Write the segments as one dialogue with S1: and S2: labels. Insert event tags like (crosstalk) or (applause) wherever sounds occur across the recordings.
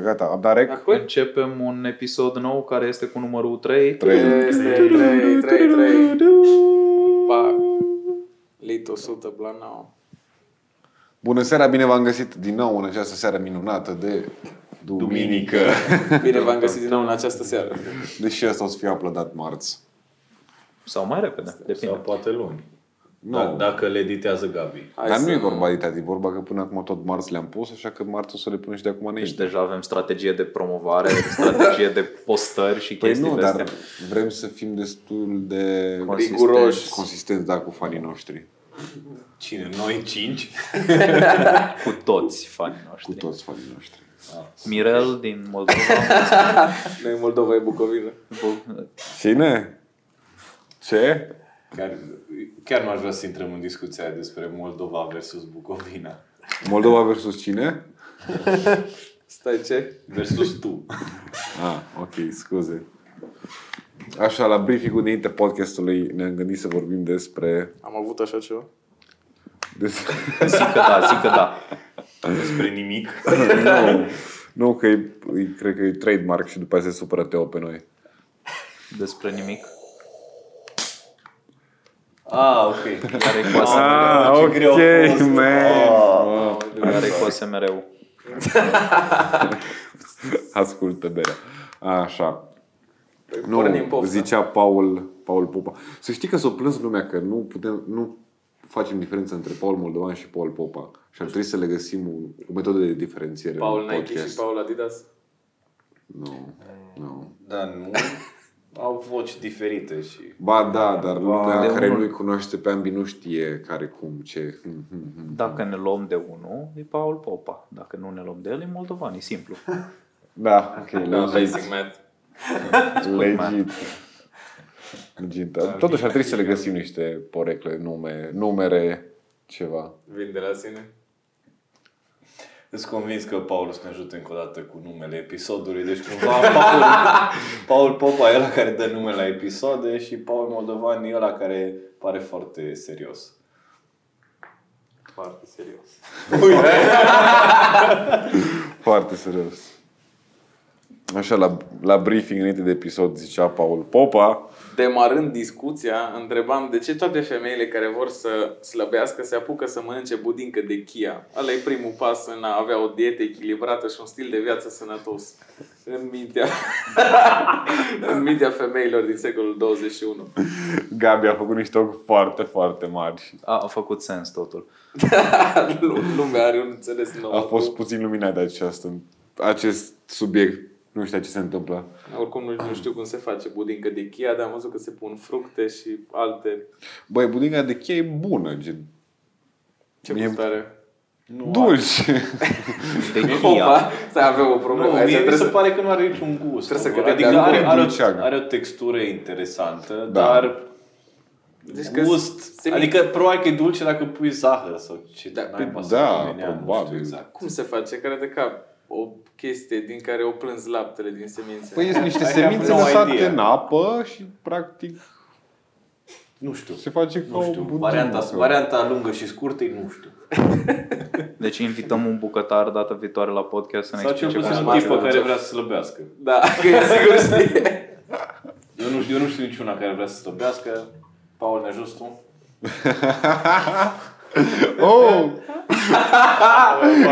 S1: gata, am dat rec.
S2: Acum?
S3: Începem un episod nou care este cu numărul 3.
S1: Trei.
S2: Este 3, 3, 3. Pac. Lit 100, blanau.
S1: Bună seara, bine v-am găsit din nou în această seară minunată de duminică.
S2: Bine v-am găsit din nou în această seară.
S1: Deși asta o să fie uploadat marți.
S3: Sau mai repede,
S4: Sau
S3: depinde.
S4: poate luni.
S1: Nu,
S4: Da- Dacă le editează Gabi.
S2: Hai
S1: dar
S2: să-
S1: nu e vorba de tati, e vorba că până acum tot marți le-am pus, așa că marți o să le punem și de acum
S3: Deci
S1: înainte.
S3: deja avem strategie de (laughs) promovare, strategie de postări și
S1: Păi
S3: chestii
S1: nu,
S3: de-astea.
S1: dar vrem să fim destul de
S3: Consistenți.
S2: Riguroși.
S1: consistenți, da, cu fanii noștri.
S4: Cine? Noi cinci?
S3: Cu toți fanii
S1: Cu
S3: noștri.
S1: toți fanii noștri.
S3: Mirel din Moldova. (laughs)
S2: Noi Moldova e Bucovina.
S3: Bu-
S1: Cine? Ce?
S4: Chiar, chiar m-aș vrea să intrăm în discuția aia despre Moldova versus Bucovina.
S1: Moldova versus cine?
S2: Stai ce?
S4: Versus tu.
S1: Ah, ok, scuze. Așa, la briefing-ul dinainte podcastului ne-am gândit să vorbim despre...
S2: Am avut așa ceva?
S1: despre
S4: (laughs)
S3: zic că da, zic că da.
S4: Despre nimic.
S1: nu, nu, că e, e, cred că e trademark și după aceea se supără Teo pe noi.
S3: Despre nimic.
S4: Ah, ok.
S3: Care e cu ASMR?
S1: Ah,
S4: ce greu a
S1: ok,
S4: fost. Ah.
S1: man.
S3: Care e
S4: Da.
S3: cu ASMR-ul?
S1: Ascultă berea. Așa.
S2: Păi pornim
S1: Nu,
S2: pofta.
S1: zicea Paul, Paul Popa. Să știi că s-o plâns lumea că nu putem, nu facem diferența între Paul Moldovan și Paul Popa. Și ar trebui să le găsim un, o metodă de diferențiere.
S2: Paul
S1: în
S2: Nike
S1: podcast.
S2: și Paul Adidas.
S1: Nu, nu.
S4: Dar nu. Da, Au voci diferite și...
S1: Ba da, dar lumea
S3: de
S1: care
S3: unul-
S1: nu-i cunoaște pe ambii nu știe care, cum, ce. Hmm, hmm, hmm.
S3: Dacă ne luăm de unul, e Paul Popa. Dacă nu ne luăm de el, e Moldovan, e simplu.
S1: (laughs) Da, ok,
S2: Da,
S1: legit.
S2: basic math.
S1: Legit. Legit. da. Totuși ar trebui să le găsim niște porecle, nume, numere, ceva.
S2: Vin de la sine.
S4: Sunt convins că Paul o să ne ajute încă o dată cu numele episodului, deci cumva Paul, Paul Popa e ăla care dă nume la episoade și Paul Moldovan e ăla care pare foarte serios.
S2: Foarte serios.
S1: Foarte serios. Așa, la, la briefing înainte de episod zicea Paul Popa.
S2: Demarând discuția, întrebam de ce toate femeile care vor să slăbească se apucă să mănânce budincă de chia. Ăla e primul pas în a avea o dietă echilibrată și un stil de viață sănătos. În mintea, (laughs) în mintea femeilor din secolul (laughs) 21.
S1: Gabi a făcut niște ochi foarte, foarte mari.
S3: A, a făcut sens totul.
S2: Lumea are un înțeles nou.
S1: A fost puțin luminat de acest, acest subiect. Nu știu ce se întâmplă.
S2: Oricum nu, nu știu cum se face budincă de chia, dar am văzut că se pun fructe și alte...
S1: Băi, budinca de cheie e bună, gen
S2: Ce
S1: Mie-
S2: gust are?
S4: Nu
S1: dulce.
S3: De Kia.
S2: Opa, stai, avem o
S4: Nu,
S2: problemă.
S4: mie
S2: Aici
S4: mi
S2: trebuie
S4: se
S2: să...
S4: pare că nu are niciun gust.
S2: Trebuie să
S4: adică
S2: cădem de
S4: are,
S1: acord.
S4: are,
S1: Dulceagă.
S4: o, are o textură interesantă,
S1: Da.
S4: dar
S2: Deci că
S4: gust.
S2: se-
S4: adică probabil că e dulce dacă pui zahăr sau ce
S2: Da,
S4: n-ai pasat
S1: da,
S4: în ea, nu știu
S1: probabil.
S4: exact.
S2: Cum se face? Care de cap o chestie din care o plâns laptele din semințe.
S1: Păi sunt niște
S4: I have
S1: semințe
S4: no
S1: lăsate
S4: idea.
S1: în apă și practic
S4: Nu știu.
S1: se face ca
S4: Nu
S1: o
S4: știu.
S1: budincă.
S4: Varianta, varianta lungă și scurtă e nu știu.
S3: Deci invităm un bucătar data viitoare la podcast să ne
S4: Sau cel
S3: explice
S4: puțin
S3: cum se
S4: un tip pe
S3: face.
S4: care vrea să slăbească.
S2: Da, (laughs) că e sigur știe.
S4: Eu nu, știu, eu nu știu niciuna care vrea să slăbească. Paul, ne ajuți tu?
S1: Oh!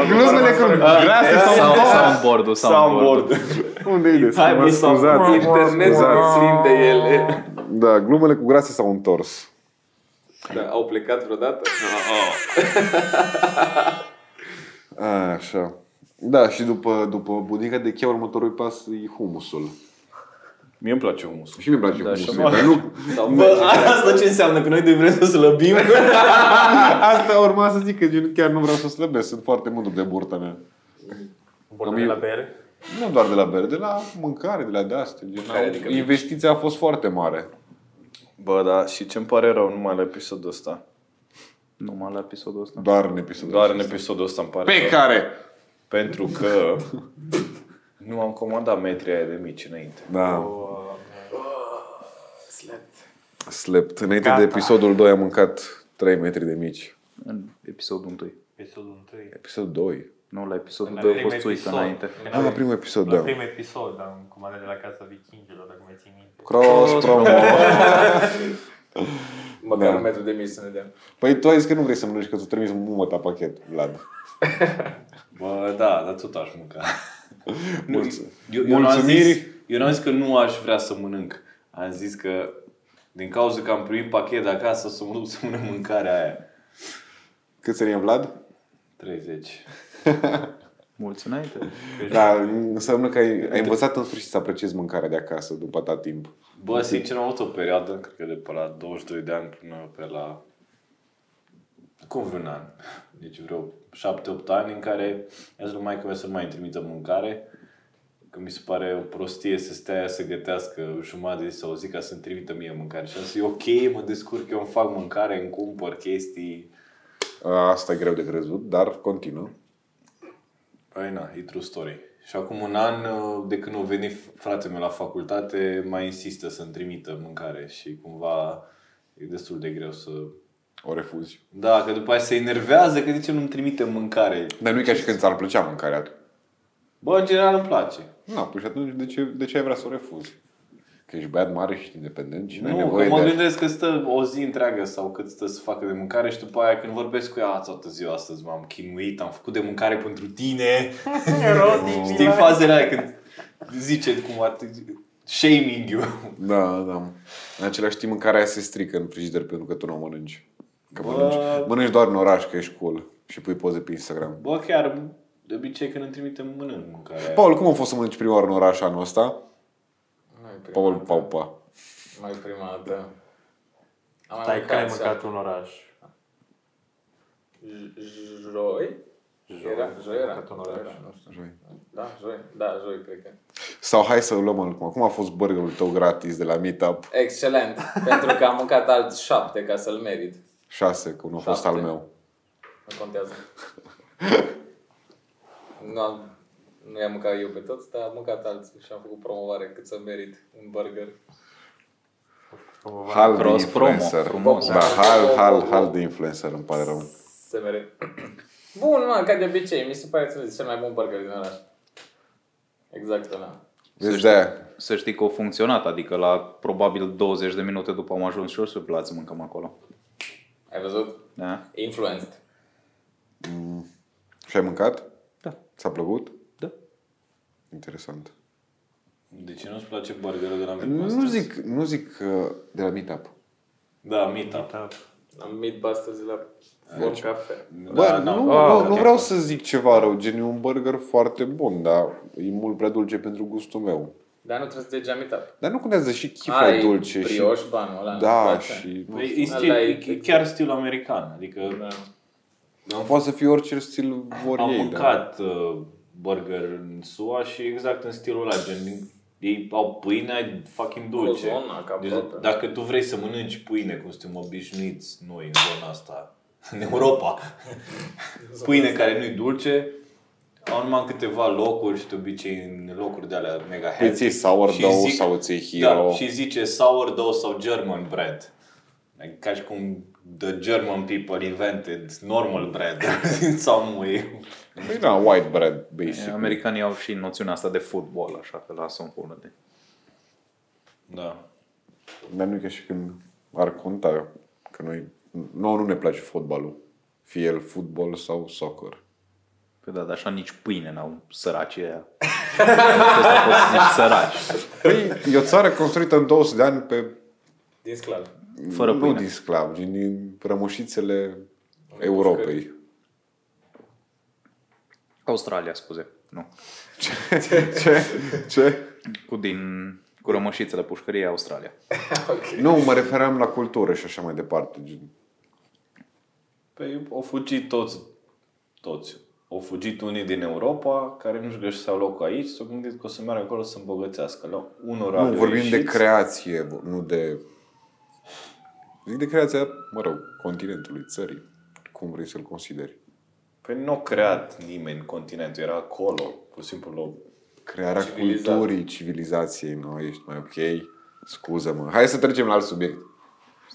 S1: Glumele cu grase
S3: Sau,
S1: sau
S3: sau în bordul, sau în bordul.
S1: Unde e de
S4: Hai,
S1: Mă
S4: mi s-a-
S1: scuzați.
S2: Internetul e plin de ele.
S1: Da, glumele cu grase s-au întors.
S2: Da, au plecat vreodată?
S1: Așa. Da, și după, după budinca de cheia, următorul pas e humusul.
S4: Mie îmi place humus.
S1: Și mi-e place
S3: Da, și
S1: humusul.
S3: mie.
S1: dar nu, (laughs)
S2: Sau
S4: Bă, asta ce înseamnă? Că noi de vrem să slăbim?
S1: asta urma să zic că gen, chiar nu vreau să slăbesc. Sunt foarte mândru de burta mea.
S4: Bordul
S1: de Păi la
S4: bere?
S1: Nu doar de la bere, de la mâncare, de la de-astea. Gen,
S4: Care adică
S1: au- investiția a fost foarte mare.
S4: Bă, da, și ce-mi pare rău numai la episodul ăsta.
S3: Numai la episodul ăsta.
S1: Doar în episodul
S4: Doar în
S1: acesta.
S4: episodul ăsta îmi pare
S1: Pe
S4: rău.
S1: care?
S4: Pentru că nu am comandat metri aia de mici înainte.
S1: Da.
S2: Slept.
S1: Slept. Înainte de episodul 2 am mâncat 3 metri de mici.
S3: În episodul 1.
S1: Episodul 2.
S3: Nu, la episodul
S5: La
S3: 2 a
S5: primul
S3: fost țuică
S5: episod.
S3: înainte.
S1: Ah, la primul episod,
S5: La
S1: da.
S5: primul episod, am comandat de la Casa Vikingilor, dacă mai ții minte.
S1: Cross promo.
S2: Măcar
S1: Da.
S2: un metru de mie să ne dea.
S1: Păi tu ai zis că nu vrei să mănânci, că tu trimiți mumă ta pachet, Vlad.
S4: Bă, da, dar tot aș (laughs) mânca. Nu,
S1: Mulțu-
S4: eu, eu, n-am
S1: mulțumiri.
S4: zis, eu n-am zis că nu aș vrea să mănânc. Am zis că din cauza că am primit pachet de acasă, o să mă duc să mănânc mâncarea aia.
S1: Cât serie Vlad?
S4: 30.
S3: Mulți înainte.
S1: Da, înseamnă că ai, ai învățat în sfârșit să apreciezi mâncarea de acasă după atâta timp.
S4: Bă, sincer, am avut o perioadă, cred că de pe la 22 de ani până pe la... Cum vreun an? Deci vreo 7-8 ani în care i-a zis mai că să nu mai îmi trimită mâncare. Că mi se pare o prostie să stea aia să gătească jumătate de zi sau o zi ca să-mi trimită mie mâncare. Și am zis, e ok, mă descurc, eu îmi fac mâncare, îmi cumpăr chestii.
S1: Asta e greu de crezut, dar continuă.
S4: Ai na, e true story. Și acum un an, uh, de când au venit fratele meu la facultate, mai insistă să-mi trimită mâncare și cumva e destul de greu să...
S1: O refuzi.
S4: Da, că după aia se enervează că de ce nu-mi trimite mâncare.
S1: Dar nu e ca și când ți-ar plăcea mâncarea.
S4: Bă, în general îmi place.
S1: Na, păi și atunci de ce, de ce ai vrea să o refuzi? Că ești băiat mare și ești independent și nu, ai
S4: nu,
S1: nevoie
S4: că mă
S1: de...
S4: gândesc că stă o zi întreagă sau cât stă să facă de mâncare și după aia când vorbesc cu ea, "A, toată ziua astăzi m-am chinuit, am făcut de mâncare pentru
S1: (laughs)
S4: tine.
S5: Erotic,
S4: Știi fazele aia când zice cumva shaming you.
S1: Da, da. În același timp mâncarea aia se strică în frigider pentru că tu nu o mănânci. Că mănânci, mănânci doar în oraș, că ești cool și pui poze pe Instagram.
S4: Bă, chiar de obicei când îmi trimite mănânc mâncarea.
S1: Paul, cum a fost să mănânci prima oară în oraș anul ăsta?
S2: Nu-i prima
S1: Paul
S2: dată.
S1: Paupa.
S2: Nu-i prima dată. Am mai
S5: Stai, care ai
S2: seara.
S5: mâncat un oraș?
S2: J- Joi? Era, joi
S5: am
S2: era.
S5: mâncat un oraș.
S2: Nu știu.
S1: Joi.
S2: Da, joi. Da, joi, cred că.
S1: Sau hai să luăm acum. Cum a fost burgerul tău gratis de la Meetup?
S2: Excelent. pentru că am mâncat alți șapte ca să-l merit.
S1: 6, că nu a fost al
S2: Șapte.
S1: meu.
S2: Nu contează. nu am, nu i-am mâncat eu pe toți, dar am mâncat alții și am făcut promovare cât să merit un burger.
S5: Promovare.
S1: Hal de
S3: Cross promo,
S1: influencer.
S3: frumos,
S1: da,
S2: da.
S1: hal, hal, hal de influencer, îmi pare rău.
S2: Se mere. Bun, mă, ca de obicei, mi se pare să zic cel mai bun burger din oraș. Exact ăla.
S1: Deci de
S3: Să știi că a funcționat, adică la probabil 20 de minute după am ajuns și eu să plați mâncăm acolo.
S2: Ai văzut?
S3: Da?
S2: Influenced.
S1: Și ai mâncat?
S3: Da.
S1: Ți-a plăcut?
S3: Da.
S1: Interesant.
S4: De ce nu-ți place burgerul de la Meetup?
S1: Nu zic, nu zic uh, de la Meetup.
S4: Da, Meetup.
S2: La Meatbusters de la Form Cafe.
S1: Bă,
S4: da,
S1: nu,
S4: n-am-
S1: nu,
S3: Ah,
S1: nu
S3: ok.
S1: vreau să zic ceva rău, gen e un burger foarte bun, dar e mult prea dulce pentru gustul meu.
S2: Dar nu trebuie să degeam Meetup.
S1: Dar nu contează și chifra e dulce și...
S2: brioș, banul ăla.
S1: Da,
S2: nu-ți place?
S1: și...
S4: E, e, stil,
S2: Ăla
S4: e,
S2: e-
S4: e chiar stil american, adică
S2: Da.
S1: Poate să fie orice stil vor
S4: am
S1: ei, da.
S4: mâncat uh, burger în SUA și exact în stilul ăla, gen ei au pâine ai fucking dulce.
S2: Cozona, ca
S4: Deci,
S2: propriu.
S4: dacă tu vrei să mănânci pâine, cum suntem obișnuiți noi în zona asta, în Europa, pâine care nu-i dulce, au numai în câteva locuri și de obicei în locuri de alea mega
S1: Păi ți iei sourdough
S4: Și
S1: sau ți iei hero.
S4: da, și zice sourdough sau German bread. Adică Ca și cum the German people invented normal bread (laughs) in some way.
S1: Păi da, white bread,
S3: E,
S1: basic.
S3: Americanii au și noțiunea asta de fotbal, așa că lasă-o în pulă de...
S4: Da.
S1: Dar nu e ca și când ar conta că noi... Nouă nu ne place fotbalul. Fie el fotbal sau soccer.
S3: Păi da, dar așa nici pâine n-au săracii aia. Asta poți să zici săraci.
S1: Păi, e o țară construită în 200 de ani pe...
S2: Din sclav.
S3: Fără
S1: nu
S3: pâine.
S1: din sclavi, din- din rămășițele Europei.
S3: Australia, scuze. Nu.
S1: Ce? Ce?
S3: Cu din cu rămășițele pușcăriei Australia.
S1: Nu, mă referam la cultură și așa mai departe. gen.
S4: Păi au fugit toți, toți. Au fugit unii din Europa care nu-și găseau locul aici, s-au gândit că o să meargă acolo să îmbogățească. La
S3: Da,
S4: unora
S1: Nu,
S4: le-a
S1: vorbim de
S4: ieșit.
S1: creație, nu de... Zic de creația, mă rog, continentului, țării. Cum vrei să-l consideri.
S4: Păi nu a creat nimeni continentul, era acolo. Pur și simplu l-au
S1: Crearea
S2: Civilizat.
S1: culturii, civilizației, nu? Ești mai ok? Scuză-mă. Hai să trecem la alt subiect.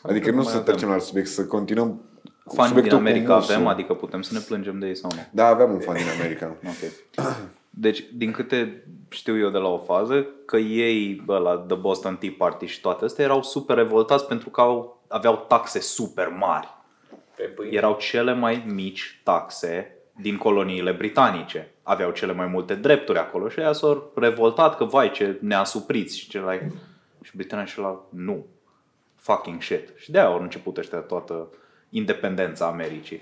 S1: Adică
S3: că
S1: nu
S3: nu
S1: să
S3: mai avem.
S1: trecem la alt subiect, să continuăm
S3: Fani din
S1: subiectul
S3: America
S1: cu
S3: avem,
S1: musul.
S3: adică putem să ne plângem de ei sau nu?
S1: Da, aveam un fan din America.
S3: Ok. Deci, din câte știu eu de la o fază, că ei, la The Boston Tea Party și toate astea, erau super revoltați pentru că au, aveau taxe super mari.
S2: Pe pâine.
S3: Erau cele mai mici taxe din coloniile britanice. Aveau cele mai multe drepturi acolo și aia s-au revoltat că, vai, ce neasupriți și cele Și britanicii la nu. Fucking shit. Și de-aia au început ăștia toată independența Americii.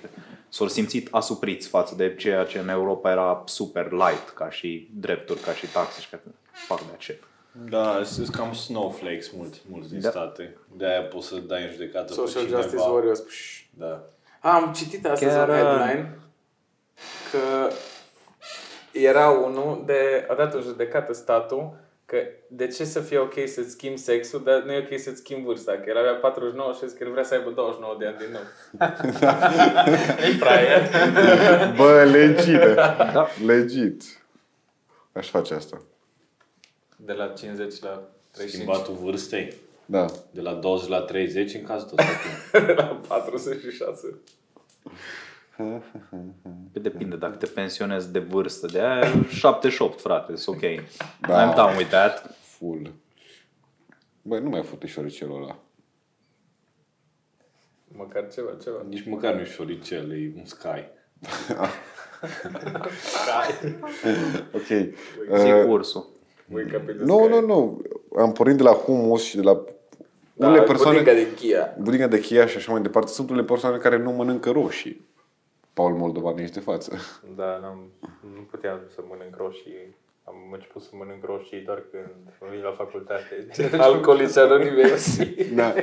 S3: S-au simțit asupriți față de ceea ce în Europa era super light ca și drepturi, ca și taxe și ca fuck that shit.
S4: Da, sunt cam snowflakes mulți, mulți din
S3: Da.
S4: state. De-aia poți să dai în judecată
S2: Social
S4: pe cineva.
S2: Justice Warriors. Pș.
S4: Da.
S2: Am citit astăzi
S3: Chiar,
S2: un headline că era unul de, a dat o judecată statul că de ce să fie ok să-ți schimbi sexul, dar nu e ok să-ți schimbi vârsta. Că el avea 49 și a zis că el vrea să aibă 29 de ani din nou.
S5: Ei, fraier.
S1: Bă, legit.
S3: Da.
S1: Legit. Aș face asta.
S2: De la 50 la 35,
S4: Schimbatul vârstei.
S1: Da.
S4: De la 20 la 30 în cazul tău. Satu.
S2: de la 46.
S3: Că depinde dacă te pensionezi de vârstă. De aia 78, frate, sunt ok.
S1: Da.
S3: I'm down with that.
S1: Full. Băi, nu mai fute șoricelul ăla.
S2: Măcar ceva, ceva.
S4: Nici măcar nu-i șoricel, e un sky.
S1: Ok.
S3: Zic ursul.
S2: Wake up in the
S1: Nu,
S2: sky.
S1: nu, nu. Am pornit de la humus și de la
S2: Da,
S1: unele
S2: budinca
S1: persoane...
S2: de Chia.
S1: Budinca de chia și așa mai departe. Sunt unele persoane care nu mănâncă roșii. Paul Moldovan ești de față.
S5: Da, n-am, nu puteam să mănânc roșii. Am început să mănânc roșii doar când am venit la facultate. Deci
S2: Alcoolici anonimi.
S1: Da.
S5: (laughs)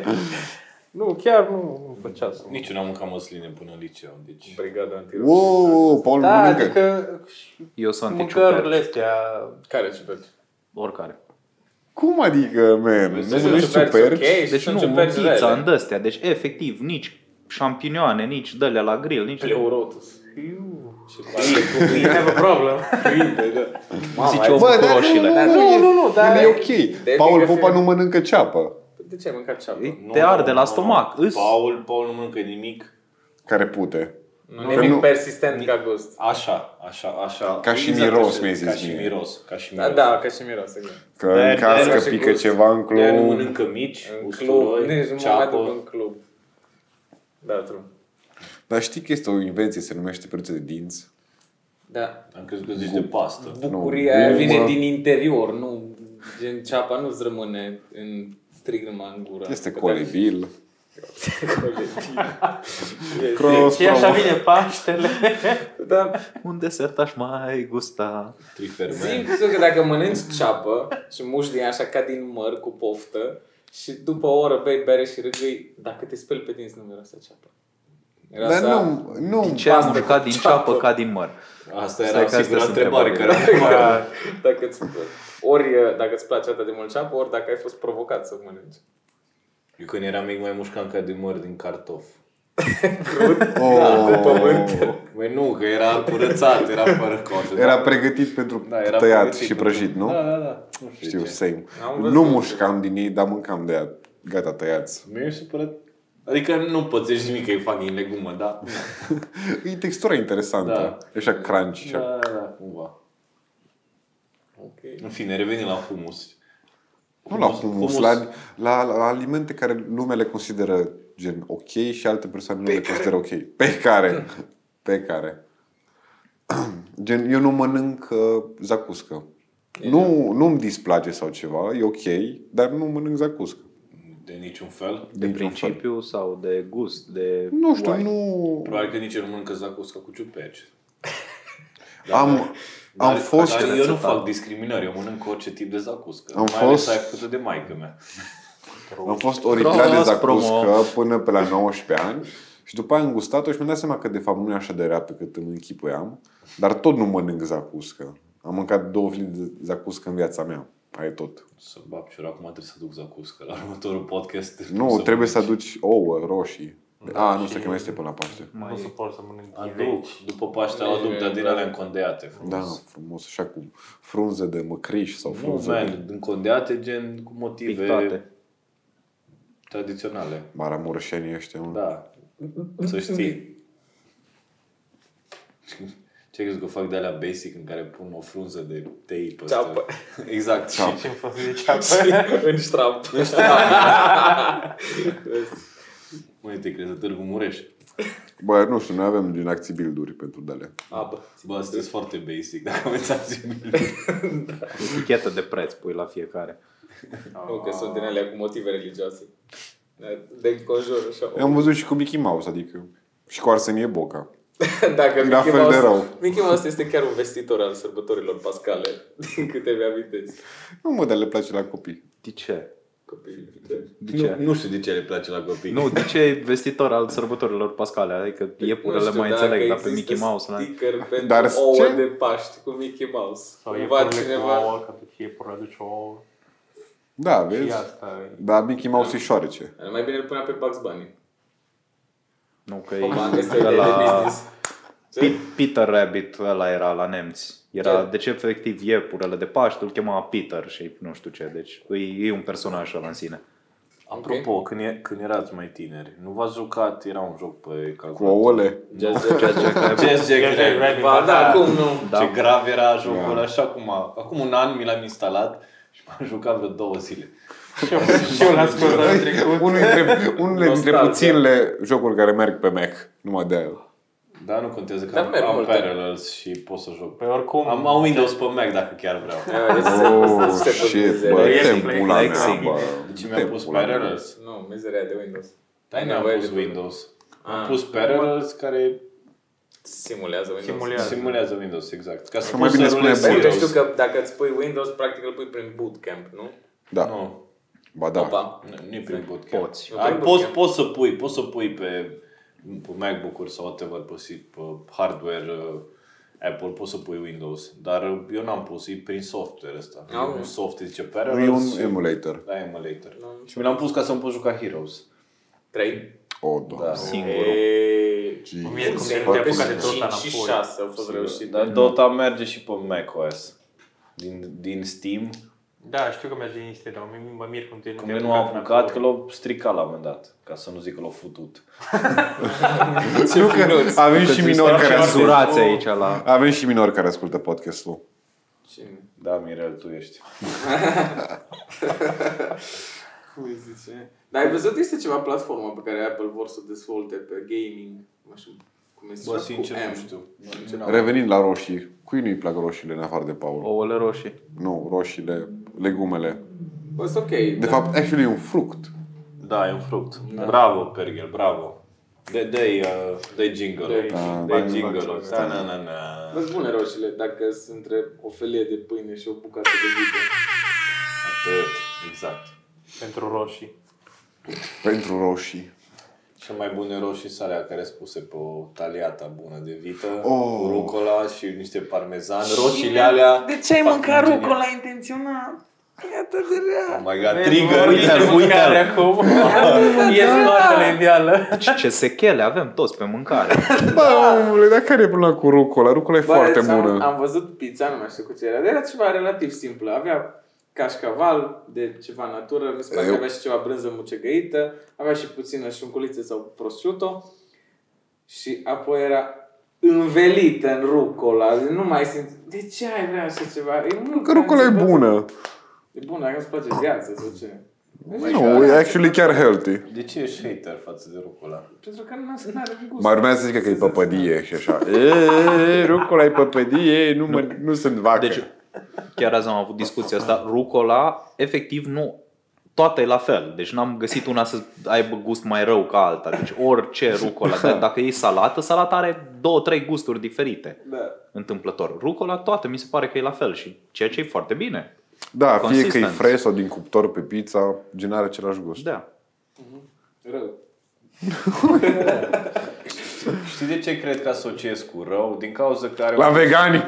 S5: Nu, chiar nu, nu făcea să
S4: Nici eu n-am mâncat măsline până în liceu, deci...
S2: Brigada antiromă.
S1: Wow, Paul
S5: Da,
S1: mănâncă.
S5: adică
S3: Eu sunt
S5: mâncările
S3: anti
S5: astea...
S2: Care ciuperci?
S3: Oricare.
S1: Cum adică, man? Nu
S2: Sunt
S1: mănânci
S2: ciuperci,
S1: ciuperci?
S2: ok, și
S3: Deci
S2: sunt
S3: nu,
S2: ciuperci
S3: pizza
S2: rele.
S3: în astea. Deci efectiv, nici șampinioane, nici dălea la grill, nici...
S2: Pleurotus. You have a problem.
S3: Nu zice omul
S1: Bă,
S3: cu
S1: dar nu,
S3: roșiile.
S1: nu, nu, nu, nu, dar
S2: dar
S1: e
S2: e-
S1: ok.
S2: de
S1: Paul
S2: mică
S1: Popa
S2: firmă.
S1: nu mănâncă ceapă.
S2: De ce ai mâncat ceapă?
S3: Te arde la stomac. Îs.
S4: Paul, Paul nu mănâncă nimic.
S1: Care pute.
S2: Nu, nimic
S1: nu-
S2: persistent ca gust.
S4: Așa, așa, așa.
S1: Ca și
S4: Exact
S1: miros,
S4: așa,
S1: mi-ai zis
S4: Ca și
S1: mie.
S4: miros, ca și
S2: Da,
S4: miros.
S2: da, ca și miros, exact.
S1: Că
S4: De-aia-
S1: în caz
S4: de-aia
S1: că
S2: face
S1: pică
S2: gust.
S1: ceva în
S4: De nu
S1: clou,
S4: mănâncă mici,
S2: În club, nici
S4: usturoi,
S2: nu mă mai duc
S4: ceapă.
S2: în club. Da, true.
S1: Dar știi că este o invenție, se numește peruță de dinți?
S2: Da.
S4: Am crezut că zici de pastă.
S2: Bucuria aia
S1: Nu,
S2: vine
S1: gumă.
S2: din interior, nu gen ceapa nu-ți rămâne în strigma în gură.
S1: Este
S4: Păi da.
S2: Că
S1: colebil.
S2: dacă- colebil.
S1: Cross
S5: Și așa
S1: promo.
S5: vine Paștele.
S2: (laughs) Da,
S3: Un desert aș mai gusta.
S4: Trifermen.
S2: Simplu că dacă mănânci ceapă și mușli așa ca din măr cu poftă și după o oră bei bere și râgâi, dacă te speli pe dinți nu miroase ceapă. Era
S1: Dar
S2: asta-
S1: nu, nu.
S3: Ce am
S2: Pastă
S3: mâncat
S2: cu
S3: din
S2: ceapă.
S3: ceapă ca din măr.
S4: Asta
S3: Stai
S4: era
S3: că astea
S4: singura
S3: sunt
S4: întrebare care
S3: întrebările.
S1: (laughs)
S2: Dacă, Da, dacă îți, ori eh, dacă îți place atât de mult ceapă, ori dacă ai fost provocat să mănânci.
S4: Eu când eram mic mai mușcam ca de măr din cartof. Da,
S1: Oh,
S4: Băi nu, că era curățat, era fără coajă.
S1: era pregătit pentru
S4: Da, era
S1: tăiat
S4: pregătit
S1: și
S4: pentru-
S1: prăjit, nu?
S4: Da, da, da. Nu știu,
S1: Știu,
S4: de ce.
S1: same.
S2: Am văzut.
S1: Nu mușcam din ei, dar mâncam de ea. Gata, tăiați. (laughs)
S4: Mi-e supărat. Adică nu pățești nimic că e fucking legumă, da?
S1: E textura interesantă.
S4: Da.
S1: E așa crunch. și (laughs) așa.
S4: Da, da, da, cumva.
S2: Ok.
S4: În fine, revenim la humus.
S1: Nu la humus, la, la, la alimente care lumea le consideră gen ok și alte persoane nu le consideră ok. Pe care? Pe care? (clears throat) Gen, eu nu mănânc uh, zacuscă. Nu, nu-mi displace sau ceva, e ok, dar nu mănânc zacuscă.
S4: De niciun fel.
S3: De
S1: Dintr-un
S3: principiu sau de gust, de...
S1: fel. Nu știu,
S3: Why?
S1: nu...
S4: Probabil că nici eu nu mănâncă zacusca cu ciuperci.
S1: Am,
S4: Da.
S1: am fost...
S4: Dar eu nu
S3: rețetat.
S4: fac discriminări, eu mănânc orice tip de zacuscă.
S1: Am
S4: Mai ales
S1: fost-
S4: aia făcută de maică mea.
S1: Am fost oriclea de
S3: Cross
S1: zacuscă
S3: promo.
S1: până pe la 19 ani și după aia am gustat-o și mi-am dat seama că de fapt nu e așa de rea pe cât îmi închipuiam, dar tot nu mănânc zacuscă. Am mâncat două felii de zacuscă în viața mea. Aia e tot.
S4: Să bap și eu acum trebuie să duc zacuscă la următorul podcast.
S1: Nu, trebuie să
S4: mănânci.
S1: aduci ouă, roșii. A, nu
S5: și-
S1: știu că mai este până la Paște.
S6: Mm.
S5: Nu suport să mănânc
S4: Aduc,
S5: ghiveci.
S4: după Paște
S2: Nu,
S4: aduc, dar din
S2: da.
S4: alea încondeate.
S1: Da,
S4: frumos.
S1: frumos, așa cu frunze de măcriș sau
S4: Nu,
S1: frunze de
S4: man, încondeate gen cu motive
S3: Pictate.
S4: tradiționale.
S1: maramureșenii ăștia. mă.
S4: Da. Să știi. (laughs) Ce crezi că fac de alea basic în care pun o frunză de tei pe ăsta?
S2: Ceapă.
S4: (laughs) Exact. (laughs)
S1: Ceapă.
S4: Și
S2: Și în față de ceapă. în ștramp.
S4: Măi, te crezi de Târgu Mureș?
S1: Bă, nu știu, noi avem din acții build-uri pentru de
S2: Abă.
S4: Bă, sunteți foarte basic, dacă (laughs) aveți acții
S3: Etichetă de preț pui la fiecare.
S6: Nu,
S2: Nu, că sunt din alea cu motive religioase. De înconjur, așa.
S1: Eu am văzut și cu Mickey Mouse, adică și cu Arsenie Boca.
S2: Dacă
S1: Era
S2: Mickey
S1: fel de
S2: Mouse-
S1: rău.
S2: Mickey Mouse este chiar un vestitor al sărbătorilor pascale, (laughs) din câte mi-amintesc.
S1: Nu mă, dar le place la copii.
S3: De ce?
S2: Copiii.
S3: De
S4: nu,
S3: ce?
S4: nu știu de ce le place la copii.
S3: Nu, de ce e vestitor al sărbătorilor pascale? Adică iepurele mai înțeleg, dar pe Mickey Mouse...
S2: Dar
S3: la-
S2: sticker pentru
S1: Dar
S2: dar ouă
S1: ce?
S2: de Paști cu Mickey Mouse.
S6: Sau e
S2: Cumva
S6: pornit cineva...
S2: cineva...
S6: ouă, că tu fie produci ouă.
S1: Da,
S6: Și
S1: vezi?
S6: asta e.
S1: Dar Mickey Mouse e șoarece.
S2: Mai bine îl punea pe Bugs Bunny.
S3: Nu, că e
S2: Coman, este o
S3: de
S2: idee de
S3: la...
S2: business. Ce?
S3: Pe- Peter Rabbit ăla era la nemți. Era,
S2: Ce?
S3: deci efectiv iepurele de Paște, îl chema Peter și nu știu ce, deci e, e un personaj ăla în sine.
S4: Apropo, când, e, când erați mai tineri, nu v-ați jucat, era un joc pe
S1: Cu
S4: calculator.
S1: ouăle.
S2: Just Jack Rabbit.
S4: Jazz Jack
S6: Jack
S4: Rabbit.
S6: Rabbit.
S2: Ba da, cum nu?
S4: Ce
S3: Da.
S4: grav era jocul ăla, așa cum a, acum un an mi l-am instalat și m-am jucat vreo două zile.
S6: Și eu, și eu l-am scos anul trecut.
S1: Unul dintre, unele dintre
S2: Nostalgia.
S1: puținele jocuri care merg pe Mac. Numai de aia.
S4: Dar Da, nu contează că
S2: Dar
S4: am,
S2: merg
S4: am
S2: multe.
S4: Parallels și pot să joc.
S6: Păi oricum...
S4: Am, am Windows pe Mac dacă chiar vreau.
S2: (laughs)
S1: Oh, shit, bă,
S6: Ești
S1: te pula mea,
S3: flexing.
S1: bă.
S4: Deci mi-am pus Parallels.
S2: Nu, mizeria de Windows.
S4: Dar
S2: Ai
S4: n-am
S2: nevoie
S4: pus
S2: de-
S4: Windows. Am
S2: Ah.
S4: pus Parallels care
S2: Simulează Windows.
S6: Simulează.
S4: simulează Windows, exact. Ca să
S1: mai
S4: poți
S1: bine
S4: să
S1: spune
S4: rulezi
S1: boot.
S2: Bun, eu
S4: Windows.
S2: știu că dacă îți pui Windows, practic îl pui prin bootcamp, nu?
S1: Da,
S4: Nu,
S1: ba da.
S2: Opa.
S4: nu- nu e prin bootcamp.
S3: Poți.
S4: A,
S2: prin
S4: Exact. poți,
S2: bootcamp.
S4: poți să pui, poți să pui pe, pe MacBook-uri sau whatever, pe, si- pe hardware uh, Apple, poți să pui Windows, dar uh, eu n-am pus, e prin software ăsta.
S2: Ah,
S4: E
S2: ok.
S4: un soft, zice
S1: Nu e
S4: Parallels
S1: un
S4: și
S1: emulator.
S4: da, emulator.
S2: Nu.
S4: Și mi l-am pus ca să-mi pot juca Heroes.
S2: 3.
S1: O, Oh, doamne.
S4: Da.
S3: Singurul.
S6: Mie
S1: (laughs)
S6: cum
S1: Jesus
S6: te te
S1: fucking
S6: apucat de tot da.
S2: 5 și
S6: înapoi.
S2: 6 au fost reușite.
S4: Dar Dota merge și pe macOS. Din, din Steam,
S6: Da, știu că merge niște, dar mă- mă mir cum te
S4: cum eu nu am apucat, că l-au stricat la un moment dat, ca să nu zic că l-au futut.
S1: Nu că avem și minori care ascultă.
S3: Surați aici la...
S1: Avem și minori care ascultă podcastul.
S2: Cine?
S4: Da, Mirel, tu ești.
S2: Cum îi zice? Dar ai văzut, este ceva platformă pe care Apple vor să o dezvolte pe gaming, nu știu cum este
S4: Bă,
S2: ceva, cu
S4: sincer, nu
S2: M.
S4: știu. Da.
S1: Revenind la roșii, cui nu-i plac roșiile în afară de Paul?
S3: Ouăle roșii.
S1: Nu, roșiile, legumele.
S2: Bă, sunt ok.
S1: De fapt, actually e un fruct.
S4: Da, e un fruct. Bravo, Pergel, bravo. De dai uh, dai jingle.
S2: Dă-i-
S4: Dai,
S1: Da,
S4: dai
S1: da,
S4: jingle.
S1: da,
S4: Da, na, na, na.
S2: Bă, bune roșile, dacă sunt între o felie de pâine și o bucată de vită.
S4: Atât, exact.
S6: Pentru roșii.
S1: Pentru roșii.
S4: Cel mai bune roșii sunt alea care sunt puse pe o taliata bună de vită,
S1: Oh.
S4: cu rucola și niște parmezan. Roșiile alea...
S7: De ce ai
S4: fac
S7: mâncat
S4: genial.
S7: rucola intenționat? E atât de rea.
S4: Oh my god, trigger, uite-l,
S6: Care
S4: uite-l.
S2: (laughs)
S6: acum.
S2: Da.
S6: E spatele ideală.
S3: Deci ce sechele avem toți pe mâncare.
S1: Bă, omule, dar care e problema cu rucola? Rucola e
S2: Bă,
S1: foarte
S2: deci am-
S1: bună.
S2: Am văzut pizza, nu mai știu cu ce era, dar era ceva relativ simplu. Avea cașcaval de ceva natură, mi se pare că
S1: Eu-
S2: avea și ceva brânză mucegăită, avea și puțină șunculiță sau prosciutto și apoi era învelită în rucola. Nu mai simt... De ce ai vrea așa ceva? E mult
S1: Că rucola e
S2: prea
S1: bună.
S2: E bună, dacă îți place viața sau ce. Deci,
S1: Nu, e actually chiar healthy.
S4: De ce ești hater față de rucola?
S2: Pentru că nu nu are gust.
S1: Mai urmează să zică că e păpădie și așa. E, rucola e păpădie, nu, mă, nu sunt vacă.
S3: Deci chiar azi am avut discuția asta. Rucola, efectiv, nu toată e la fel. Deci n-am găsit una să aibă gust mai rău ca alta. Deci
S4: (laughs)
S3: orice rucola. Dar dacă e salată, salata are două, trei gusturi diferite.
S2: Da.
S3: întâmplător. Rucola toată mi se pare că e la fel și ceea ce e foarte bine.
S1: da, fie că e
S3: consistent.
S1: fresh sau din cuptor pe pizza, gen are același gust.
S3: Da.
S2: Rău.
S4: Știi de ce cred că asociez cu rău? Din cauza că are
S1: La
S4: un-
S1: vegani!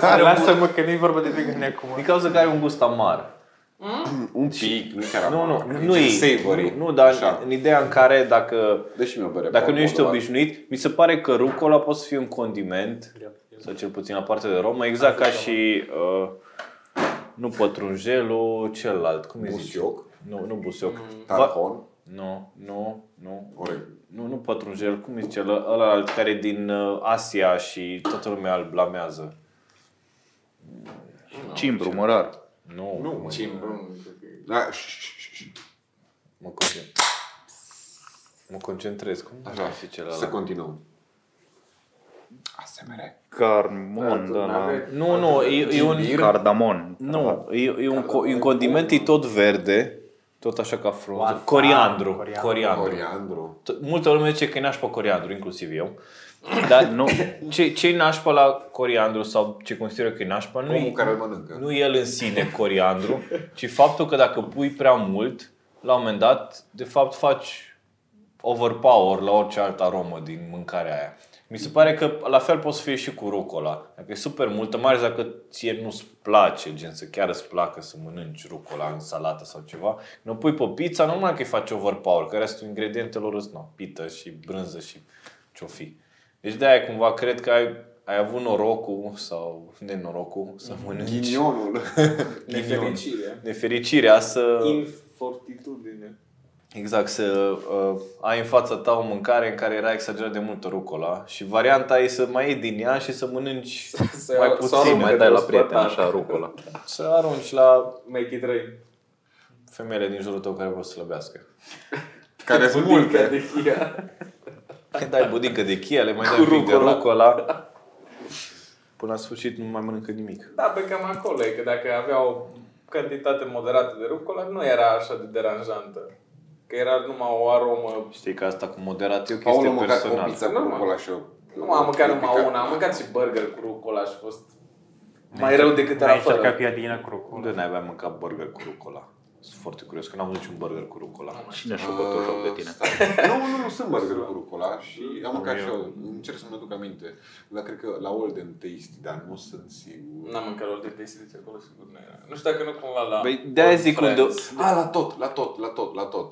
S6: Da, Lasă-mă că nu-i vorba de vegane acum.
S4: Din cauza că are un gust amar. Deci
S1: Un
S4: Și
S1: pic, nu chiar Deci
S4: Nu, nu, nu e
S1: savory.
S4: Nu, nu, dar
S1: Așa.
S4: în ideea în care dacă,
S1: Deși mi-o bere.
S4: dacă
S1: pe
S4: nu ești
S1: acolo,
S4: obișnuit, mi se pare că rucola poate să fie un condiment, sau cel puțin la partea de romă, exact ca și uh, nu pătrunjelul, celălalt, cum îi zice?
S1: Busioc? Mm.
S4: Nu, nu busioc.
S1: Tarhon.
S4: Nu, nu, nu.
S1: Oreg.
S4: Nu, nu pătrunjel, cum îi zice, ăla ăla alt care e din uh, Asia și toată lumea îl blamează.
S3: Cimbru, mărar.
S4: Nu,
S1: Nu, mă.
S2: Cimbru.
S1: Da, ș- ș- ș- ș.
S4: mă concentrez. Mă concentrez, cum
S1: Așa,
S4: și celălalt?
S1: să continuăm. ASMR.
S3: Carmon, da, la...
S4: Nu, nu, e, e un...
S3: Cardamon.
S4: Nu, e, e, un, co- e un condiment, e tot verde, tot așa ca frunză. Coriandru, coriandru.
S1: Coriandru.
S4: T- Multă lume zice că e nașpa coriandru, inclusiv eu. Dar nu, ce, ce nașpa la coriandru sau ce consideră că e nașpa nu
S1: Omul
S4: e,
S1: care îl mănâncă.
S4: nu e el în sine coriandru, ci faptul că dacă pui prea mult, la un moment dat, de fapt faci overpower la orice altă aromă din mâncarea aia. Mi se pare că la fel poți să fie și cu rucola. Dacă e super multă, mai ales dacă ție nu-ți place, gen să chiar îți placă să mănânci rucola în salată sau ceva, nu pui pe pizza, numai că îi faci overpower, că restul ingredientelor îți nu, pită și brânză și ciofi. Deci de-aia cumva cred că ai, ai avut norocul sau nenorocul să mănânci
S1: Ghinionul.
S2: Nefericire.
S4: nefericirea să...
S2: Infortitudine.
S4: Exact, să uh, ai în fața ta o mâncare în care era exagerat de multă rucola și varianta e să mai iei din ea și să mănânci
S2: să-
S4: mai
S2: să
S4: puțin,
S2: arunci
S4: mai
S2: de
S4: dai la
S2: dos pe
S4: prieten
S2: tar.
S4: așa rucola. (laughs) Să arunci la
S2: Make it rain.
S4: femeile din jurul tău care vor să slăbească.
S1: Care sunt multe.
S2: De Kia.
S4: Le dai budică de chia, le mai dai un pic de rucola. Până la sfârșit nu mai mănâncă nimic.
S2: Da, pe cam acolo e, că dacă avea o cantitate moderată de rucola, nu era așa de deranjantă. Că era numai o aromă
S4: Știi că asta cu moderat e o
S1: Paul
S4: chestie
S1: a mâncat o
S4: personală.
S1: pizza cu
S2: Normal.
S1: rucola și eu.
S2: Nu am mâncat numai una, am mâncat și burger cu rucola și a fost mai rău decât
S4: Da,
S6: Ai
S2: era
S6: încercat
S2: fără.
S6: piadina cu rucola.
S4: Unde n-ai mai mâncat burger cu rucola? Sunt foarte curios că n-am văzut niciun burger cu rucola.
S3: Cine și-a făcut un joc de tine?
S1: Nu, nu, nu, sunt burger cu rucola și am mâncat și eu. Încerc să-mi aduc aminte. Dar cred că la Olden Tasty, dar nu sunt sigur.
S2: N-am mâncat o de testiți acolo, sigur nu era. Nu știu dacă nu cumva la...
S4: Băi, de-aia zic
S2: Friends.
S4: unde,
S1: A, Ah, la tot, la tot, la tot, la tot.